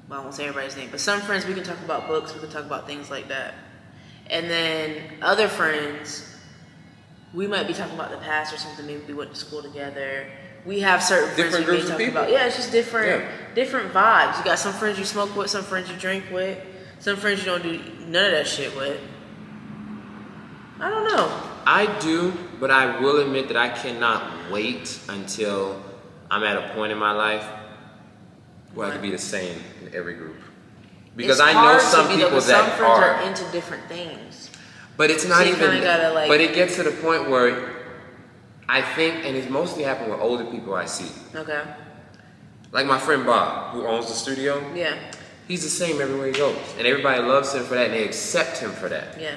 Speaker 2: well, I won't say everybody's name, but some friends we can talk about books, we can talk about things like that. And then other friends, we might be talking about the past or something. Maybe we went to school together. We have certain
Speaker 1: Different
Speaker 2: friends we may
Speaker 1: groups of
Speaker 2: talk
Speaker 1: people.
Speaker 2: about. Yeah, it's just different,
Speaker 1: Yeah.
Speaker 2: different vibes. You got some friends you smoke with, some friends you drink with, some friends you don't do none of that shit with. I don't know.
Speaker 1: I do, but I will admit that I cannot wait until I'm at a point in my life where I can be the same in every group. Because
Speaker 2: It's
Speaker 1: I know
Speaker 2: hard to
Speaker 1: some
Speaker 2: be though,
Speaker 1: people
Speaker 2: 'cause
Speaker 1: that
Speaker 2: some friends
Speaker 1: are.
Speaker 2: are. into different things.
Speaker 1: But it's not
Speaker 2: you
Speaker 1: even.
Speaker 2: kinda gotta, like-
Speaker 1: but it gets to the point where I think, and it's mostly happened with older people I see.
Speaker 2: Okay.
Speaker 1: Like my friend Bob, who owns the studio,
Speaker 2: Yeah.
Speaker 1: he's the same everywhere he goes, and everybody loves him for that, and they accept him for that.
Speaker 2: Yeah.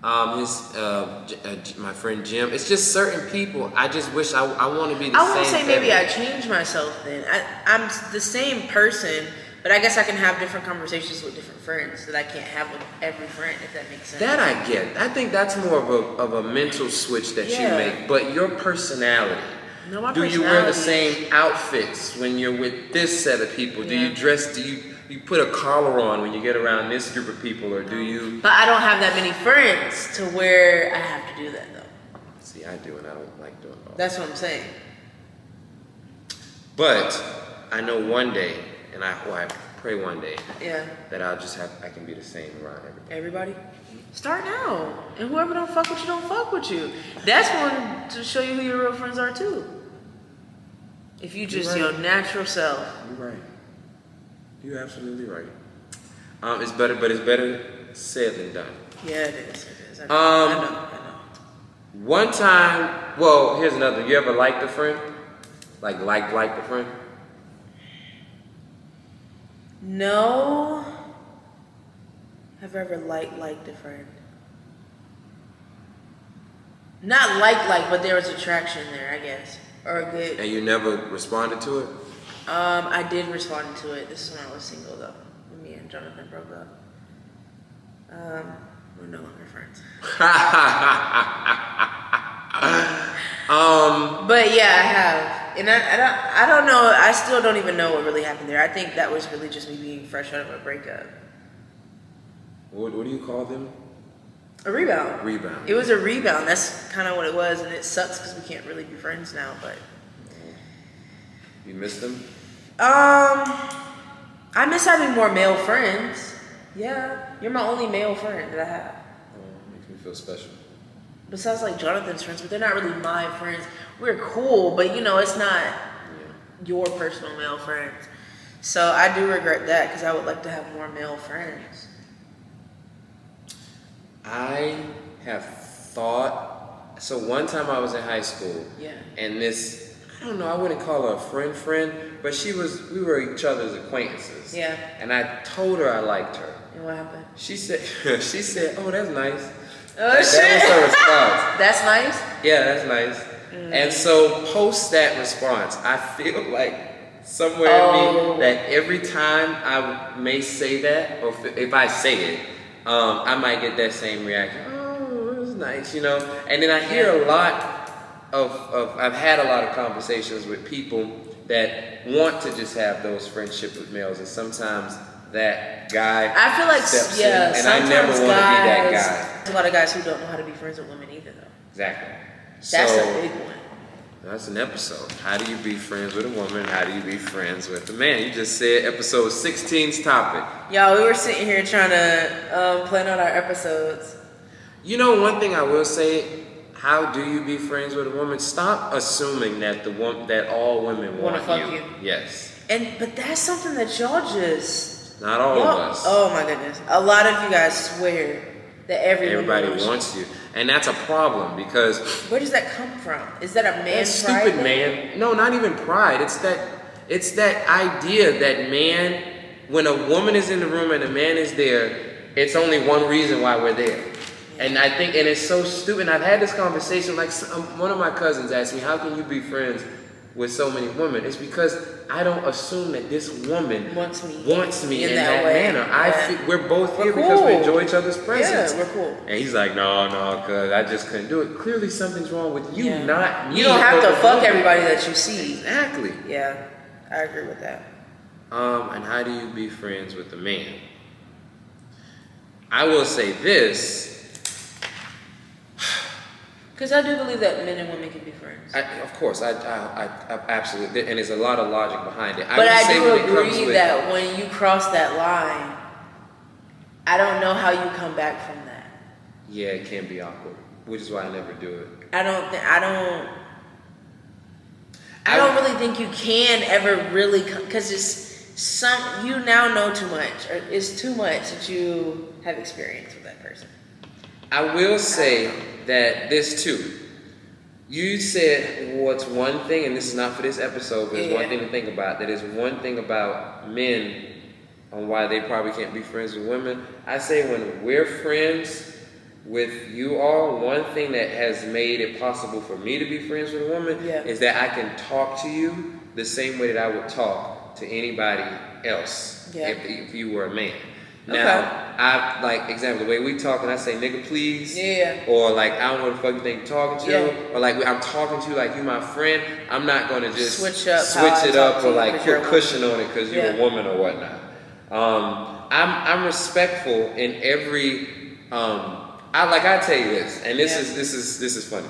Speaker 1: um, his uh, J- uh, J- my friend Jim. It's just certain people. I just wish I, I want to be the
Speaker 2: I
Speaker 1: same.
Speaker 2: won't say maybe
Speaker 1: every-
Speaker 2: I changed myself then. I, I'm the same person, but I guess I can have different conversations with different friends that I can't have with every friend, if that makes sense.
Speaker 1: That I get. I think that's more of a, of a mental switch that
Speaker 2: Yeah.
Speaker 1: you make, but your personality.
Speaker 2: No, my
Speaker 1: do you wear the
Speaker 2: personality is-
Speaker 1: same outfits when you're with this set of people? Do you
Speaker 2: Yeah.
Speaker 1: dress? Do you you put a collar on when you get around this group of people, or do you?
Speaker 2: but I don't have that many friends to where I have to do that though.
Speaker 1: See, I do, and I don't like doing all that.
Speaker 2: That's what I'm saying.
Speaker 1: But I know one day, and I, well, I pray one day
Speaker 2: Yeah.
Speaker 1: that I'll just have I can be the same around everybody.
Speaker 2: Everybody, Mm-hmm. start now, and whoever don't fuck with you, don't fuck with you. That's one to show you who your real friends are too. If you just
Speaker 1: Right.
Speaker 2: your natural self.
Speaker 1: You're right. You're absolutely right. Um, it's better, but it's better said than done.
Speaker 2: Yeah, it is. It is. I know.
Speaker 1: Um,
Speaker 2: I know. I know.
Speaker 1: One time, well, here's another. You ever liked a friend? Like, like, like the friend?
Speaker 2: No. Have I ever liked liked a friend? Not like like, but there was attraction there, I guess, or a good.
Speaker 1: And you never responded to it?
Speaker 2: Um, I did respond to it. This is when I was single though. When me and Jonathan broke up. Um, we're no longer friends.
Speaker 1: Um,
Speaker 2: But yeah, I have, and I, I don't, I don't know. I still don't even know what really happened there. I think that was really just me being fresh out of a breakup.
Speaker 1: what, what do you call them?
Speaker 2: A rebound.
Speaker 1: Rebound.
Speaker 2: It was a rebound. That's kind of what it was, and it sucks because we can't really be friends now. But
Speaker 1: You missed them?
Speaker 2: um, I miss having more male friends. Yeah, you're my only male friend that I have.
Speaker 1: Oh, makes me feel special.
Speaker 2: Besides, like Jonathan's friends, but they're not really my friends. We're cool, but you know, it's not
Speaker 1: Yeah.
Speaker 2: your personal male friends. So I do regret that because I would like to have more male friends.
Speaker 1: I have thought. So one time I was in high school,
Speaker 2: Yeah.
Speaker 1: and this I don't know. I wouldn't call her a friend, friend, but she was. We were each other's acquaintances.
Speaker 2: Yeah.
Speaker 1: And I told her I liked her.
Speaker 2: And what happened?
Speaker 1: She said. she said, "Oh, that's nice."
Speaker 2: Oh
Speaker 1: That-
Speaker 2: shit!
Speaker 1: That was her response.
Speaker 2: That's nice.
Speaker 1: Yeah, that's nice.
Speaker 2: Mm-hmm.
Speaker 1: And so, post that response, I feel like somewhere
Speaker 2: Oh.
Speaker 1: in me that every time I may say that, or if- if I say it, um, I might get that same reaction. Oh, it was nice, you know. And then I hear a lot of, of I've had a lot of conversations with people that want to just have those friendships with males, and sometimes that guy
Speaker 2: I feel like
Speaker 1: steps
Speaker 2: yeah,
Speaker 1: in, and I never want
Speaker 2: sometimes
Speaker 1: to be that
Speaker 2: guys-
Speaker 1: guy.
Speaker 2: There's a lot of guys who don't know how to be friends with women either, though.
Speaker 1: Exactly.
Speaker 2: That's
Speaker 1: so,
Speaker 2: a big one.
Speaker 1: That's an episode. How do you be friends with a woman? How do you be friends with a man? You just said episode 16's topic.
Speaker 2: Y'all, we were sitting here trying to um, plan out our episodes.
Speaker 1: You know, one thing I will say: How do you be friends with a woman? Stop assuming that the one that all women
Speaker 2: Wanna
Speaker 1: want
Speaker 2: fuck you.
Speaker 1: Yes,
Speaker 2: And but that's something that y'all just
Speaker 1: not all
Speaker 2: y'all-
Speaker 1: of us.
Speaker 2: Oh my goodness. A lot of you guys swear that every
Speaker 1: Everybody
Speaker 2: woman
Speaker 1: wants you, and that's a problem because
Speaker 2: Where does that come from? Is that a man
Speaker 1: that
Speaker 2: pride
Speaker 1: stupid
Speaker 2: thing?
Speaker 1: man. No, not even pride. It's that. It's that idea that man. When a woman is in the room and a man is there, it's only one reason why we're there. And I think, and it's so stupid. And I've had this conversation. Like s- um, one of my cousins asked me, "How can you be friends with so many women?" It's because I don't assume that this woman
Speaker 2: Wants me
Speaker 1: wants me in,
Speaker 2: in
Speaker 1: that,
Speaker 2: that way.
Speaker 1: manner. I
Speaker 2: Yeah.
Speaker 1: fe- we're both
Speaker 2: We're
Speaker 1: here because we
Speaker 2: cool.
Speaker 1: enjoy each other's presence.
Speaker 2: we're cool.
Speaker 1: And he's like, "No, no, cause I just couldn't do it. Clearly, something's wrong with you,
Speaker 2: Yeah.
Speaker 1: not me."
Speaker 2: You don't have
Speaker 1: or
Speaker 2: to
Speaker 1: the
Speaker 2: fuck
Speaker 1: woman."
Speaker 2: everybody that you see.
Speaker 1: Exactly.
Speaker 2: Yeah, I agree with that.
Speaker 1: Um, and how do you be friends with a man? I will say this.
Speaker 2: Because I do believe that men and women can be friends.
Speaker 1: I, of course, I, I, I, I absolutely, and there's a lot of logic behind it.
Speaker 2: but
Speaker 1: would
Speaker 2: I
Speaker 1: say
Speaker 2: do
Speaker 1: when it comes
Speaker 2: agree
Speaker 1: with-
Speaker 2: that when you cross that line, I don't know how you come back from that.
Speaker 1: yeah, it can be awkward, which is why I never do it.
Speaker 2: I don't. Th- I don't.
Speaker 1: I-
Speaker 2: I don't really think you can ever really because it's some you now know too much or it's too much that you have experience with that person.
Speaker 1: I will say that this too. You said what's one thing, and this is not for this episode, but it's one
Speaker 2: Yeah.
Speaker 1: thing to think about. That is one thing about men on why they probably can't be friends with women. I say when we're friends, with you all, one thing that has made it possible for me to be friends with a woman
Speaker 2: Yeah.
Speaker 1: is that I can talk to you the same way that I would talk to anybody else
Speaker 2: Yeah.
Speaker 1: if, if you were a man.
Speaker 2: Okay.
Speaker 1: Now, I like example the way we talk, and I say "nigga, please,"
Speaker 2: Yeah.
Speaker 1: or like I don't know what the fuck you think you're talking to,
Speaker 2: Yeah.
Speaker 1: or like I'm talking to you like you my friend. I'm not gonna just
Speaker 2: Switch up how
Speaker 1: switch
Speaker 2: I
Speaker 1: it
Speaker 2: talk
Speaker 1: up,
Speaker 2: to
Speaker 1: or
Speaker 2: you
Speaker 1: like
Speaker 2: 'cause you're
Speaker 1: put
Speaker 2: a woman.
Speaker 1: cushion on it because you're a
Speaker 2: Yeah.
Speaker 1: woman or whatnot. Um, I'm I'm respectful in every. Um, I like I tell you this, and this
Speaker 2: Yeah.
Speaker 1: is this is this is funny.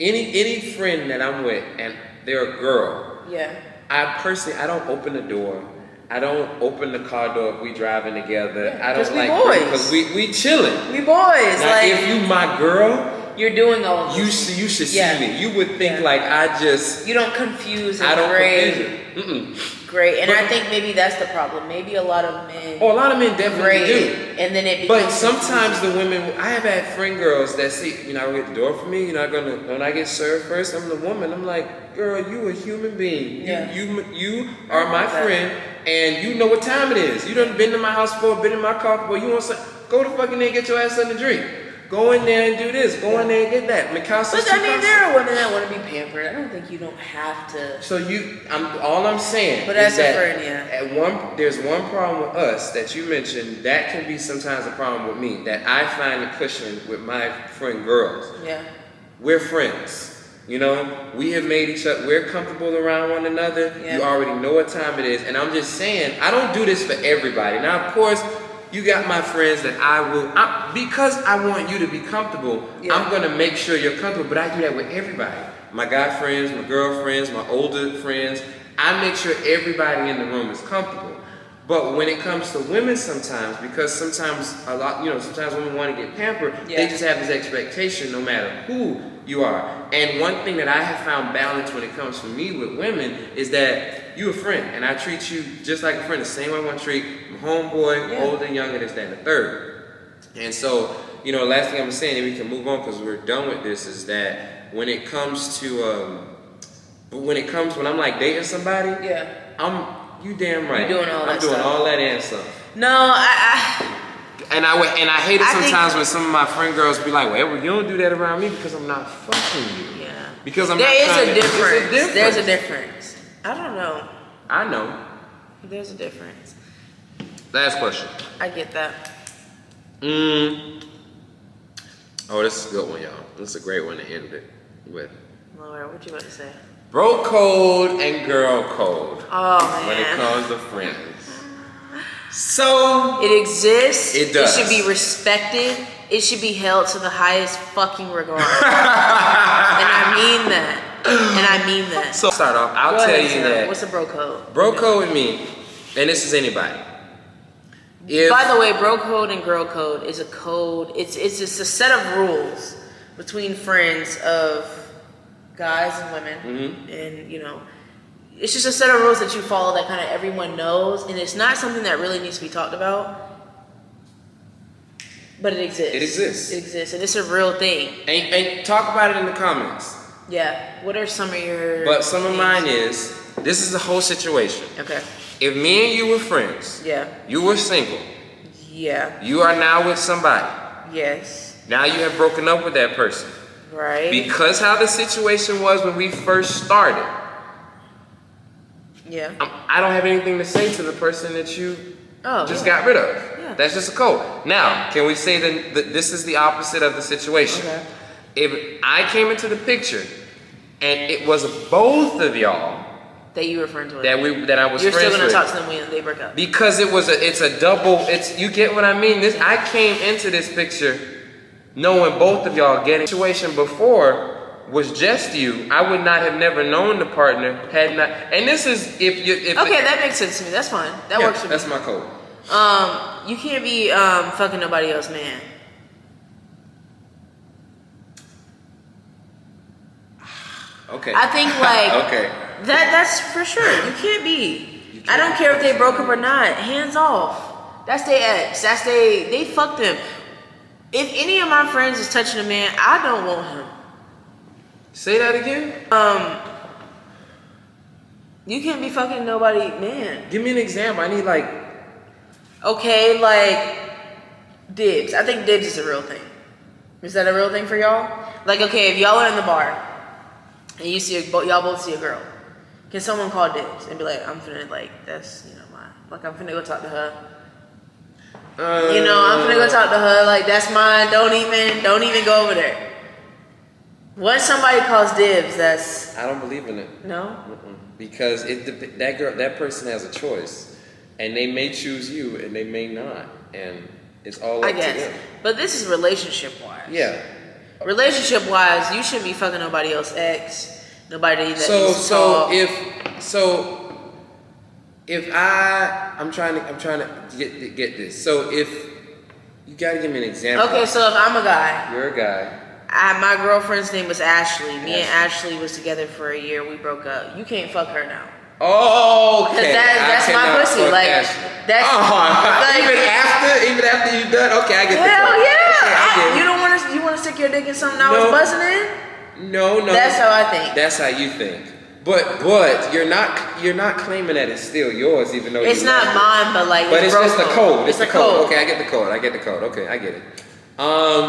Speaker 1: Any any friend that I'm with, and they're a girl,
Speaker 2: Yeah.
Speaker 1: I personally, I don't open the door. I don't open the car door if we driving together.
Speaker 2: Yeah,
Speaker 1: I
Speaker 2: 'cause
Speaker 1: don't
Speaker 2: we
Speaker 1: like
Speaker 2: boys.
Speaker 1: because we we chilling.
Speaker 2: We boys,
Speaker 1: Now,
Speaker 2: like
Speaker 1: if you my girl,
Speaker 2: you, are doing all of
Speaker 1: you
Speaker 2: this.
Speaker 1: see, you should see
Speaker 2: Yeah.
Speaker 1: me. You would think
Speaker 2: Yeah.
Speaker 1: like I just
Speaker 2: You don't confuse and
Speaker 1: I don't
Speaker 2: gray.
Speaker 1: Mm-mm.
Speaker 2: Gray. And I
Speaker 1: But-
Speaker 2: think maybe that's the problem. Maybe a lot of men
Speaker 1: Oh, a lot of men definitely
Speaker 2: gray
Speaker 1: do.
Speaker 2: and then it
Speaker 1: But
Speaker 2: becomes
Speaker 1: sometimes the women, I have had friend girls that say, you know, I get the door for me. You're not gonna when I get served first. I'm the woman. I'm like, girl, you a human being.
Speaker 2: Yeah.
Speaker 1: You you you are my
Speaker 2: Okay.
Speaker 1: friend, and you know what time it is. You done been to my house before, been in my car before. You want some? Go to fucking there and get your ass something to drink. Go in there and do this. Go in there and get that. Mikasa's
Speaker 2: But I
Speaker 1: two
Speaker 2: mean
Speaker 1: cups.
Speaker 2: there are women that want to be pampered. I don't think you don't have to
Speaker 1: So you, I'm all I'm saying.
Speaker 2: But
Speaker 1: is
Speaker 2: that's
Speaker 1: that
Speaker 2: different, yeah.
Speaker 1: At one, there's one problem with us that you mentioned. That can be sometimes a problem with me. That I find a cushion with my friend girls.
Speaker 2: Yeah.
Speaker 1: We're friends. You know, we have made each other. We're comfortable around one another.
Speaker 2: Yeah.
Speaker 1: You already know what time it is, and I'm just saying, I don't do this for everybody. Now, of course, you got my friends that I will, I, because I want you to be comfortable.
Speaker 2: Yeah.
Speaker 1: I'm gonna make sure you're comfortable. But I do that with everybody. My guy friends, my girlfriends, my older friends. I make sure everybody in the room is comfortable. But when it comes to women, sometimes because sometimes a lot, you know, sometimes women want to get pampered. They
Speaker 2: Yeah.
Speaker 1: just have this expectation, no matter who you are. And one thing that I have found balance when it comes to me with women is that you a friend, and I treat you just like a friend, the same way I want to treat my homeboy,
Speaker 2: Yeah.
Speaker 1: older, younger, this, that, and the third. And so, you know, last thing I'm saying, and we can move on because we're done with this, is that when it comes to, um, but when it comes when I'm like dating somebody,
Speaker 2: Yeah.
Speaker 1: I'm you damn right.
Speaker 2: doing all
Speaker 1: I'm
Speaker 2: that
Speaker 1: doing
Speaker 2: stuff.
Speaker 1: all that and some.
Speaker 2: No, I, I
Speaker 1: And I would- and I hate it
Speaker 2: I think-
Speaker 1: sometimes when some of my friend girls be like, "Well, Edward, you don't do that around me because I'm not fucking you."
Speaker 2: yeah.
Speaker 1: Because I'm
Speaker 2: There
Speaker 1: not
Speaker 2: is
Speaker 1: trying
Speaker 2: a
Speaker 1: to- it's
Speaker 2: difference. There's a
Speaker 1: difference.
Speaker 2: difference. I don't know.
Speaker 1: I know.
Speaker 2: There's a difference.
Speaker 1: Last question.
Speaker 2: I get that.
Speaker 1: Mm. Oh, this is a good one, y'all. This is a great one to end it with.
Speaker 2: Laura, what you about to say?
Speaker 1: Bro code and girl code
Speaker 2: Oh
Speaker 1: when it
Speaker 2: man.
Speaker 1: comes to friends. So
Speaker 2: It exists.
Speaker 1: It does.
Speaker 2: It should be respected. It should be held to the highest fucking regard. and I mean that. And I mean that.
Speaker 1: so start off. I'll
Speaker 2: Go
Speaker 1: tell
Speaker 2: ahead,
Speaker 1: you
Speaker 2: Sam.
Speaker 1: that
Speaker 2: What's a bro code?
Speaker 1: bro code with me, and this is anybody. If
Speaker 2: By the way, bro code and girl code is a code. It's it's just a set of rules between friends of guys and women,
Speaker 1: Mm-hmm.
Speaker 2: and you know, it's just a set of rules that you follow that kind of everyone knows, and it's not something that really needs to be talked about. But it exists.
Speaker 1: It exists.
Speaker 2: It exists, and it's a real thing.
Speaker 1: and, and talk about it in the comments.
Speaker 2: Yeah. What are some of your?
Speaker 1: But some of
Speaker 2: things?
Speaker 1: mine is this is the whole situation.
Speaker 2: Okay.
Speaker 1: If me and you were friends,
Speaker 2: Yeah.
Speaker 1: you were single,
Speaker 2: Yeah.
Speaker 1: you are now with somebody.
Speaker 2: Yes.
Speaker 1: Now you have broken up with that person.
Speaker 2: Right.
Speaker 1: Because how the situation was when we first started,
Speaker 2: yeah.
Speaker 1: I'm, I don't have anything to say to the person that you
Speaker 2: Oh.
Speaker 1: just
Speaker 2: yeah.
Speaker 1: got rid of.
Speaker 2: Yeah.
Speaker 1: That's just a code. Now, can we say that that this is the opposite of the situation?
Speaker 2: Okay.
Speaker 1: If I came into the picture and it was both of y'all
Speaker 2: that you were friends with.
Speaker 1: that we that I was
Speaker 2: You're
Speaker 1: friends
Speaker 2: still gonna
Speaker 1: with,
Speaker 2: talk to them when they break up.
Speaker 1: because it was a it's a double it's you get what i mean this i came into this picture knowing both of y'all getting situation before was just you i would not have never known the partner had not and this is if you if
Speaker 2: Okay, that makes sense to me. That's fine. That
Speaker 1: Yeah,
Speaker 2: works for me.
Speaker 1: that's my code
Speaker 2: Um, you can't be um fucking nobody else, man.
Speaker 1: okay
Speaker 2: I think like
Speaker 1: okay
Speaker 2: that. That's for sure. You can't be. I don't care if they broke up or not. Hands off. That's their ex. That's they. They fucked them. If any of my friends is touching a man, I don't want him.
Speaker 1: say that again
Speaker 2: You can't be fucking nobody, man.
Speaker 1: give me an example i need like
Speaker 2: Okay, like Dibs. I think dibs is a real thing. Is that a real thing for y'all? Like, okay, if y'all are in the bar and you see a, bo- y'all both see a girl, can someone call dibs and be like, I'm finna like that's you know my like I'm finna go talk to her.
Speaker 1: uh,
Speaker 2: You know, I'm finna go talk to her. Like that's mine. Don't even don't even go over there. Once somebody calls dibs, that's
Speaker 1: I don't believe in it.
Speaker 2: no.
Speaker 1: Mm-mm. Because it dep- that girl, that person has a choice, and they may choose you, and they may not, and it's all up
Speaker 2: I
Speaker 1: to
Speaker 2: guess,
Speaker 1: them.
Speaker 2: but this is relationship wise.
Speaker 1: Yeah.
Speaker 2: Relationship wise, you shouldn't be fucking nobody else ex, nobody that
Speaker 1: So
Speaker 2: needs to
Speaker 1: so
Speaker 2: talk.
Speaker 1: if so if I I'm trying to I'm trying to get get this. So if you gotta give me an example.
Speaker 2: okay, so if I'm a guy,
Speaker 1: You're a guy.
Speaker 2: I, my girlfriend's name was Ashley. Me and Ashley was together for a year. We broke up. You can't fuck her now.
Speaker 1: Oh,
Speaker 2: Cause
Speaker 1: okay.
Speaker 2: that-
Speaker 1: I
Speaker 2: that's my
Speaker 1: cannot
Speaker 2: pussy,
Speaker 1: fuck
Speaker 2: like,
Speaker 1: Ashley.
Speaker 2: that's-
Speaker 1: oh,
Speaker 2: like-
Speaker 1: even after even after you done. Okay, I get the
Speaker 2: Hell
Speaker 1: point.
Speaker 2: yeah!
Speaker 1: Okay, I get
Speaker 2: I-
Speaker 1: it.
Speaker 2: you don't want to. You want to stick your dick in something I
Speaker 1: No.
Speaker 2: was busting in?
Speaker 1: No, no.
Speaker 2: That's how I think.
Speaker 1: That's how you think. But but you're not you're not claiming that it's still yours, even though
Speaker 2: It's
Speaker 1: you left
Speaker 2: not
Speaker 1: it.
Speaker 2: mine, but like.
Speaker 1: But it's
Speaker 2: bro
Speaker 1: just the code. It's, the
Speaker 2: a
Speaker 1: code. Okay, I get the code. I get the code. Okay, I get it. Um,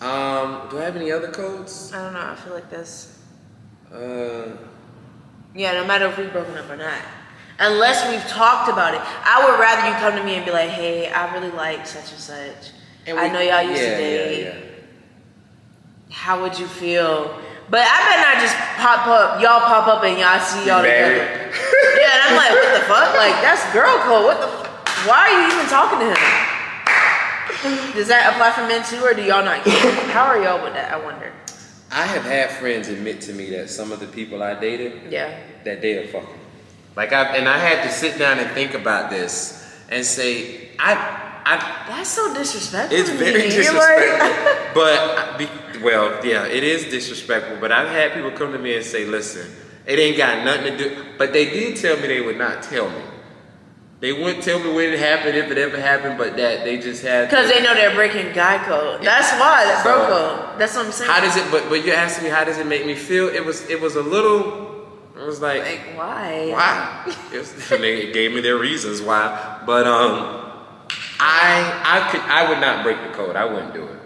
Speaker 1: um, do I have any other codes?
Speaker 2: I don't know. I feel like that's.
Speaker 1: Uh,
Speaker 2: Yeah, no matter if we've broken up or not. Unless we've talked about it. I would rather you come to me and be like, hey, I really like such and such. I know y'all used
Speaker 1: yeah,
Speaker 2: to date.
Speaker 1: Yeah, yeah.
Speaker 2: How would you feel? But I bet not just pop up, y'all pop up and y'all see y'all together.
Speaker 1: Married.
Speaker 2: Yeah, and I'm like, what the fuck? Like, that's girl code. What the f- Why are you even talking to him? Does that apply for men too, or do y'all not care? How are y'all with that? I wonder.
Speaker 1: I have had friends admit to me that some of the people I dated
Speaker 2: Yeah.
Speaker 1: that they are fucking. Like I and I had to sit down and think about this and say I I
Speaker 2: That's so disrespectful.
Speaker 1: It's
Speaker 2: to
Speaker 1: very
Speaker 2: me. You're
Speaker 1: disrespectful.
Speaker 2: like-
Speaker 1: but I be, well, yeah, it is disrespectful. But I've had people come to me and say, "Listen, it ain't got nothing to do." But they did tell me they would not tell me. They wouldn't tell me when it happened, if it ever happened, but that they just had.
Speaker 2: Because they know they're breaking guy code. That's why, that bro
Speaker 1: So-
Speaker 2: code. That's what I'm saying.
Speaker 1: How does it? But but you asking me how does it make me feel? It was it was a little. It was like
Speaker 2: like why?
Speaker 1: why? It was- and they gave me their reasons why. But um, I I could I would not break the code. I wouldn't do it.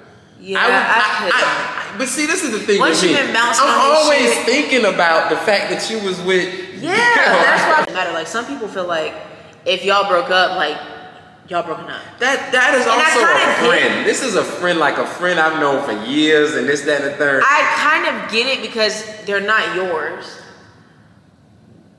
Speaker 2: Yeah,
Speaker 1: I, would,
Speaker 2: I, could.
Speaker 1: I, I, but see, this is the thing
Speaker 2: Once
Speaker 1: with me.
Speaker 2: you've been bouncing
Speaker 1: I'm
Speaker 2: on this
Speaker 1: always
Speaker 2: shit-
Speaker 1: thinking about the fact that you was with.
Speaker 2: yeah, that's why it matter. Like some people feel like if y'all broke up, like y'all broken up.
Speaker 1: That that is
Speaker 2: And I
Speaker 1: also a
Speaker 2: kinda get-
Speaker 1: friend. This is a friend, like a friend I've known for years, and this, that, and the third.
Speaker 2: I kind of get it because they're not yours.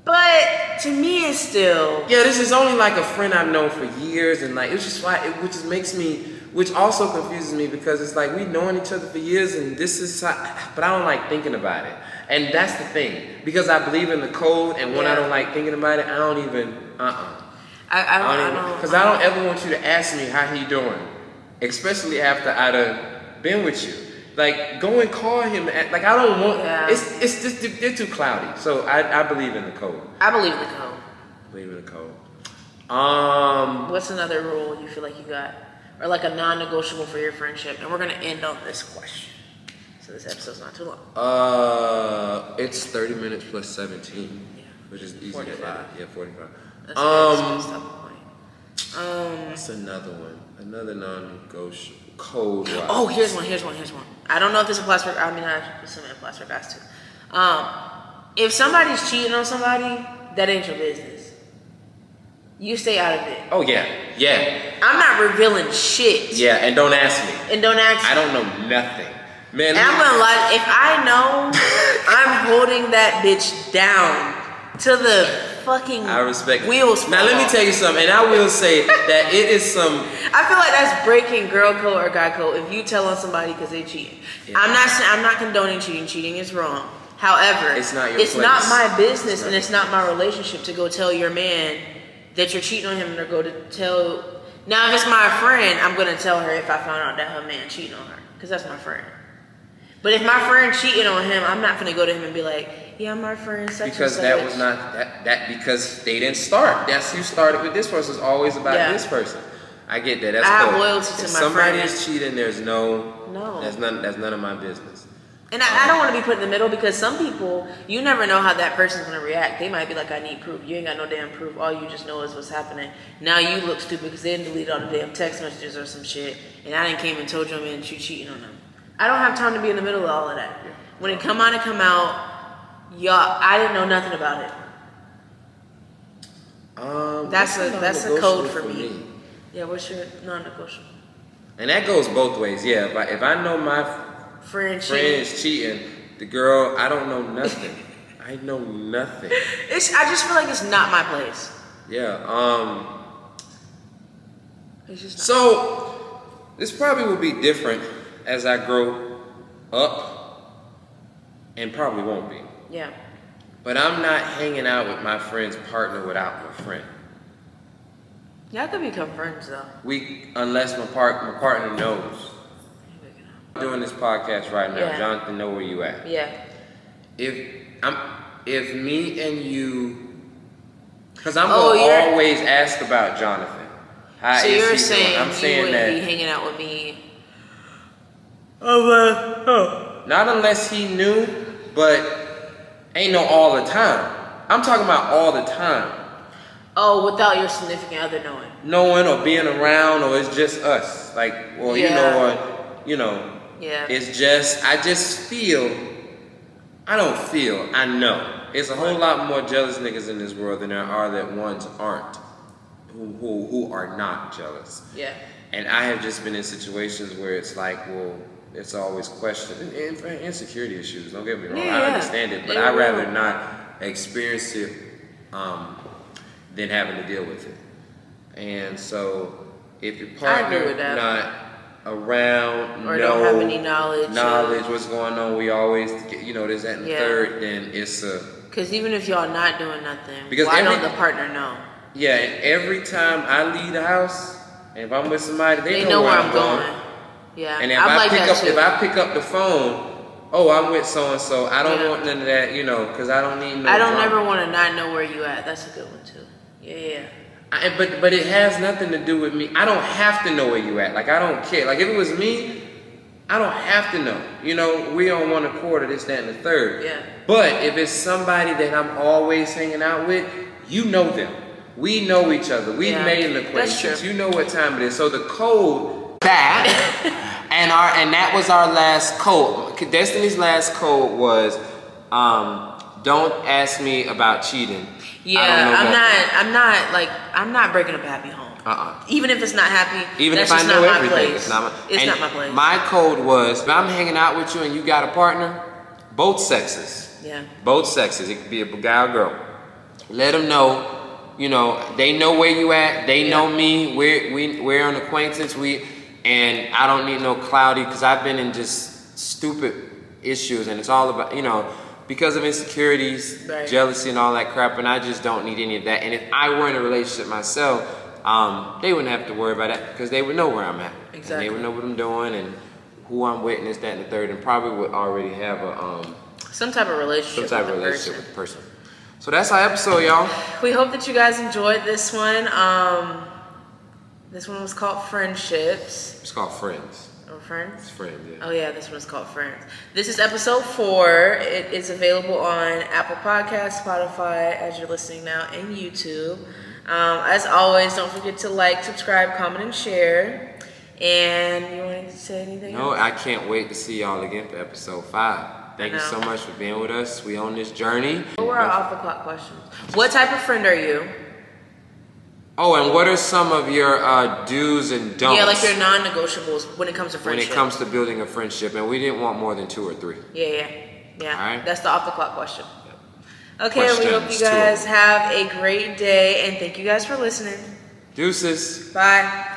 Speaker 2: But to me, it's still
Speaker 1: yeah, this is only like a friend I've known for years, and like it's just why it, which just makes me, which also confuses me because it's like we known each other for years, and this is, how, but I don't like thinking about it, and that's the thing because I believe in the code, and when I
Speaker 2: Yeah.
Speaker 1: don't like thinking about it, I don't even uh uh
Speaker 2: I, I don't
Speaker 1: I
Speaker 2: I
Speaker 1: don't
Speaker 2: don't
Speaker 1: because I don't ever want you to ask me how he doing, especially after I done been with you. Like go and call him. At, like I don't want.
Speaker 2: Yeah.
Speaker 1: It's it's just they're- they're too cloudy. So I, I believe in the code.
Speaker 2: I believe in the code.
Speaker 1: Believe in the code. Um.
Speaker 2: What's another rule you feel like you got, or like a non-negotiable for your friendship? And we're gonna end on this question, so this episode's not too long.
Speaker 1: Uh. It's thirty minutes plus seventeen,
Speaker 2: Yeah.
Speaker 1: which is easy
Speaker 2: 45.
Speaker 1: five. Yeah, forty-five.
Speaker 2: That's
Speaker 1: um.
Speaker 2: that's- that's the point. Um.
Speaker 1: That's another one. Another non-negotiable code.
Speaker 2: Oh, here's one. Here's one. Here's one. I don't know if this applies for. I mean, I assume it applies for guys too. Um, if somebody's cheating on somebody, that ain't your business. You stay out of it.
Speaker 1: Oh yeah. Yeah.
Speaker 2: I'm not revealing shit.
Speaker 1: Yeah. And don't ask me.
Speaker 2: And don't ask.
Speaker 1: I don't know nothing. Man,
Speaker 2: and I'm gonna lie. If I know, I'm holding that bitch down to the fucking
Speaker 1: I respect.
Speaker 2: wheels.
Speaker 1: Now let me tell you something, and I will say that it is some.
Speaker 2: I feel like that's breaking girl code or guy code if you tell on somebody because they cheating.
Speaker 1: Yeah.
Speaker 2: I'm not saying I'm not condoning cheating. Cheating is wrong. However,
Speaker 1: It's not your
Speaker 2: it's not
Speaker 1: place.
Speaker 2: my
Speaker 1: It's
Speaker 2: business
Speaker 1: not
Speaker 2: and
Speaker 1: your
Speaker 2: it's not my relationship to go tell your man that you're cheating on him or go to tell. Now, if it's my friend, I'm gonna tell her if I found out that her man cheating on her because that's my friend. But if my friend cheating on him, I'm not gonna go to him and be like, "Yeah, my friend such
Speaker 1: Because
Speaker 2: and
Speaker 1: that
Speaker 2: such."
Speaker 1: was not that, that because they didn't start. That's who started with this person. It's always about
Speaker 2: Yeah.
Speaker 1: this person. I get that. That's
Speaker 2: I have
Speaker 1: cool.
Speaker 2: loyalty to
Speaker 1: if
Speaker 2: my
Speaker 1: somebody
Speaker 2: friend.
Speaker 1: is cheating, there's no.
Speaker 2: No.
Speaker 1: That's none. That's none of my business.
Speaker 2: And I, I don't want to be put in the middle because some people, you never know how that person's going to react. They might be like, I need proof. You ain't got no damn proof. All you just know is what's happening. Now you look stupid because they didn't delete all the damn text messages or some shit. And I didn't came and told you, man, that you cheating on them. I don't have time to be in the middle of all of that. When it come out, it come out. Y'all, I didn't know nothing about it.
Speaker 1: Um,
Speaker 2: That's a-
Speaker 1: not
Speaker 2: that's a code
Speaker 1: negotiable
Speaker 2: for me. Yeah, what's your non-negotiable?
Speaker 1: And that goes both ways. Yeah, if I, if I know my friend
Speaker 2: Friend, cheating.
Speaker 1: is cheating, the girl, I don't know nothing. I know nothing.
Speaker 2: It's, I just feel like it's not my place.
Speaker 1: Yeah. Um.
Speaker 2: It's just not.
Speaker 1: So this probably will be different as I grow up, and probably won't be.
Speaker 2: yeah.
Speaker 1: But I'm not hanging out with my friend's partner without my friend.
Speaker 2: Y'all could become friends though.
Speaker 1: We, unless my part, my partner knows. I'm doing this podcast right now,
Speaker 2: Yeah.
Speaker 1: Jonathan, know where you at.
Speaker 2: Yeah.
Speaker 1: If I'm, if me and you, because I'm
Speaker 2: Oh,
Speaker 1: gonna
Speaker 2: you're-
Speaker 1: always ask about Jonathan. How
Speaker 2: so
Speaker 1: is
Speaker 2: you're
Speaker 1: he
Speaker 2: saying
Speaker 1: doing? I'm
Speaker 2: you
Speaker 1: saying
Speaker 2: wouldn't
Speaker 1: that
Speaker 2: be hanging out with me.
Speaker 1: Not unless he knew, but ain't no all the time. I'm talking about all the time.
Speaker 2: Oh, without your significant other knowing.
Speaker 1: Knowing or being around or it's just us. Like, well, you
Speaker 2: Yeah.
Speaker 1: know, or, you know,
Speaker 2: Yeah.
Speaker 1: it's just, I just feel, I don't feel, I know. It's a whole lot more jealous niggas in this world than there are that ones aren't, who, who, who are not jealous.
Speaker 2: yeah.
Speaker 1: And I have just been in situations where it's like, well, it's always questioned. And, and for insecurity issues, don't get me wrong,
Speaker 2: Yeah,
Speaker 1: I
Speaker 2: yeah.
Speaker 1: understand it, but
Speaker 2: Yeah,
Speaker 1: I'd
Speaker 2: yeah.
Speaker 1: rather not experience it um, than having to deal with it. And so, if your
Speaker 2: I agree
Speaker 1: partner
Speaker 2: with that.
Speaker 1: not around,
Speaker 2: Or
Speaker 1: no
Speaker 2: don't have any knowledge.
Speaker 1: knowledge, what's going on, we always, get, you know, this, that, and the
Speaker 2: Yeah.
Speaker 1: third, then it's a.
Speaker 2: Because even if y'all not doing nothing,
Speaker 1: Because
Speaker 2: why
Speaker 1: every-
Speaker 2: don't the partner know?
Speaker 1: Yeah, and every time I leave the house, if I'm with somebody, they,
Speaker 2: They, know, where I'm going. Yeah.
Speaker 1: And if
Speaker 2: I'm
Speaker 1: i
Speaker 2: like
Speaker 1: pick
Speaker 2: that
Speaker 1: up,
Speaker 2: too.
Speaker 1: if I pick up the phone, oh, I'm with so and so. I don't
Speaker 2: Yeah.
Speaker 1: want none of that, you know, because I don't need no.
Speaker 2: I don't
Speaker 1: drama.
Speaker 2: ever want to not know where you at. That's a good one too. Yeah, yeah.
Speaker 1: I, but but it has nothing to do with me. I don't have to know where you at. Like I don't care. Like if it was me, I don't have to know. You know, we on one accord of this, that, and the third.
Speaker 2: Yeah.
Speaker 1: But if it's somebody that I'm always hanging out with, you know them. We know each other. We've
Speaker 2: Yeah.
Speaker 1: made an
Speaker 2: That's
Speaker 1: acquaintance.
Speaker 2: true.
Speaker 1: You know what time it is. So the code that and our and that was our last code. Destiny's last code was um, don't ask me about cheating.
Speaker 2: Yeah,
Speaker 1: I don't know
Speaker 2: I'm
Speaker 1: nothing.
Speaker 2: not. I'm not like. I'm not breaking up a happy home.
Speaker 1: Uh-uh.
Speaker 2: Even if it's not happy.
Speaker 1: Even
Speaker 2: that's
Speaker 1: if I
Speaker 2: just
Speaker 1: know
Speaker 2: not my
Speaker 1: everything,
Speaker 2: place.
Speaker 1: it's not my.
Speaker 2: It's
Speaker 1: and
Speaker 2: not my place.
Speaker 1: My code was: if I'm hanging out with you and you got a partner, both sexes,
Speaker 2: yeah.
Speaker 1: both sexes. It could be a guy or girl. Let them know, you know, they know where you at. They know me. We're we, we're an acquaintance. We and I don't need no cloudy because I've been in just stupid issues, and it's all about you know because of insecurities,
Speaker 2: Right.
Speaker 1: jealousy, and all that crap. And I just don't need any of that. And if I were in a relationship myself. Um, they wouldn't have to worry about that because they would know where I'm at. And
Speaker 2: Exactly.
Speaker 1: they would know what I'm doing and who I'm with, and this, that, and the third, and probably would already have a um,
Speaker 2: Some type of
Speaker 1: some
Speaker 2: relationship.
Speaker 1: type of
Speaker 2: with the
Speaker 1: relationship
Speaker 2: person.
Speaker 1: with the person. So that's our episode, y'all.
Speaker 2: We hope that you guys enjoyed this one. Um, this one was called Friendships
Speaker 1: It's called Friends.
Speaker 2: or Friends.
Speaker 1: It's Friends, yeah.
Speaker 2: Oh yeah, this one's called Friends. This is episode four. It is available on Apple Podcasts, Spotify, as you're listening now, and YouTube. Um, as always, don't forget to like, subscribe, comment, and share. And you wanted to say anything?
Speaker 1: No,
Speaker 2: else?
Speaker 1: I can't wait to see y'all again for episode five. Thank you
Speaker 2: I know.
Speaker 1: so much for being with us. We on this journey.
Speaker 2: What were our off the clock questions? What type of friend are you?
Speaker 1: Oh, and what are some of your uh, do's and don'ts
Speaker 2: Yeah, like your non-negotiables when it comes to
Speaker 1: when
Speaker 2: friendship.
Speaker 1: it comes to building a friendship? And we didn't want more than two or three.
Speaker 2: Yeah, yeah, yeah.
Speaker 1: All right.
Speaker 2: That's the off the clock question. Okay, we hope
Speaker 1: Questions
Speaker 2: you
Speaker 1: to
Speaker 2: guys have a great day, and thank you guys for listening.
Speaker 1: Deuces.
Speaker 2: Bye.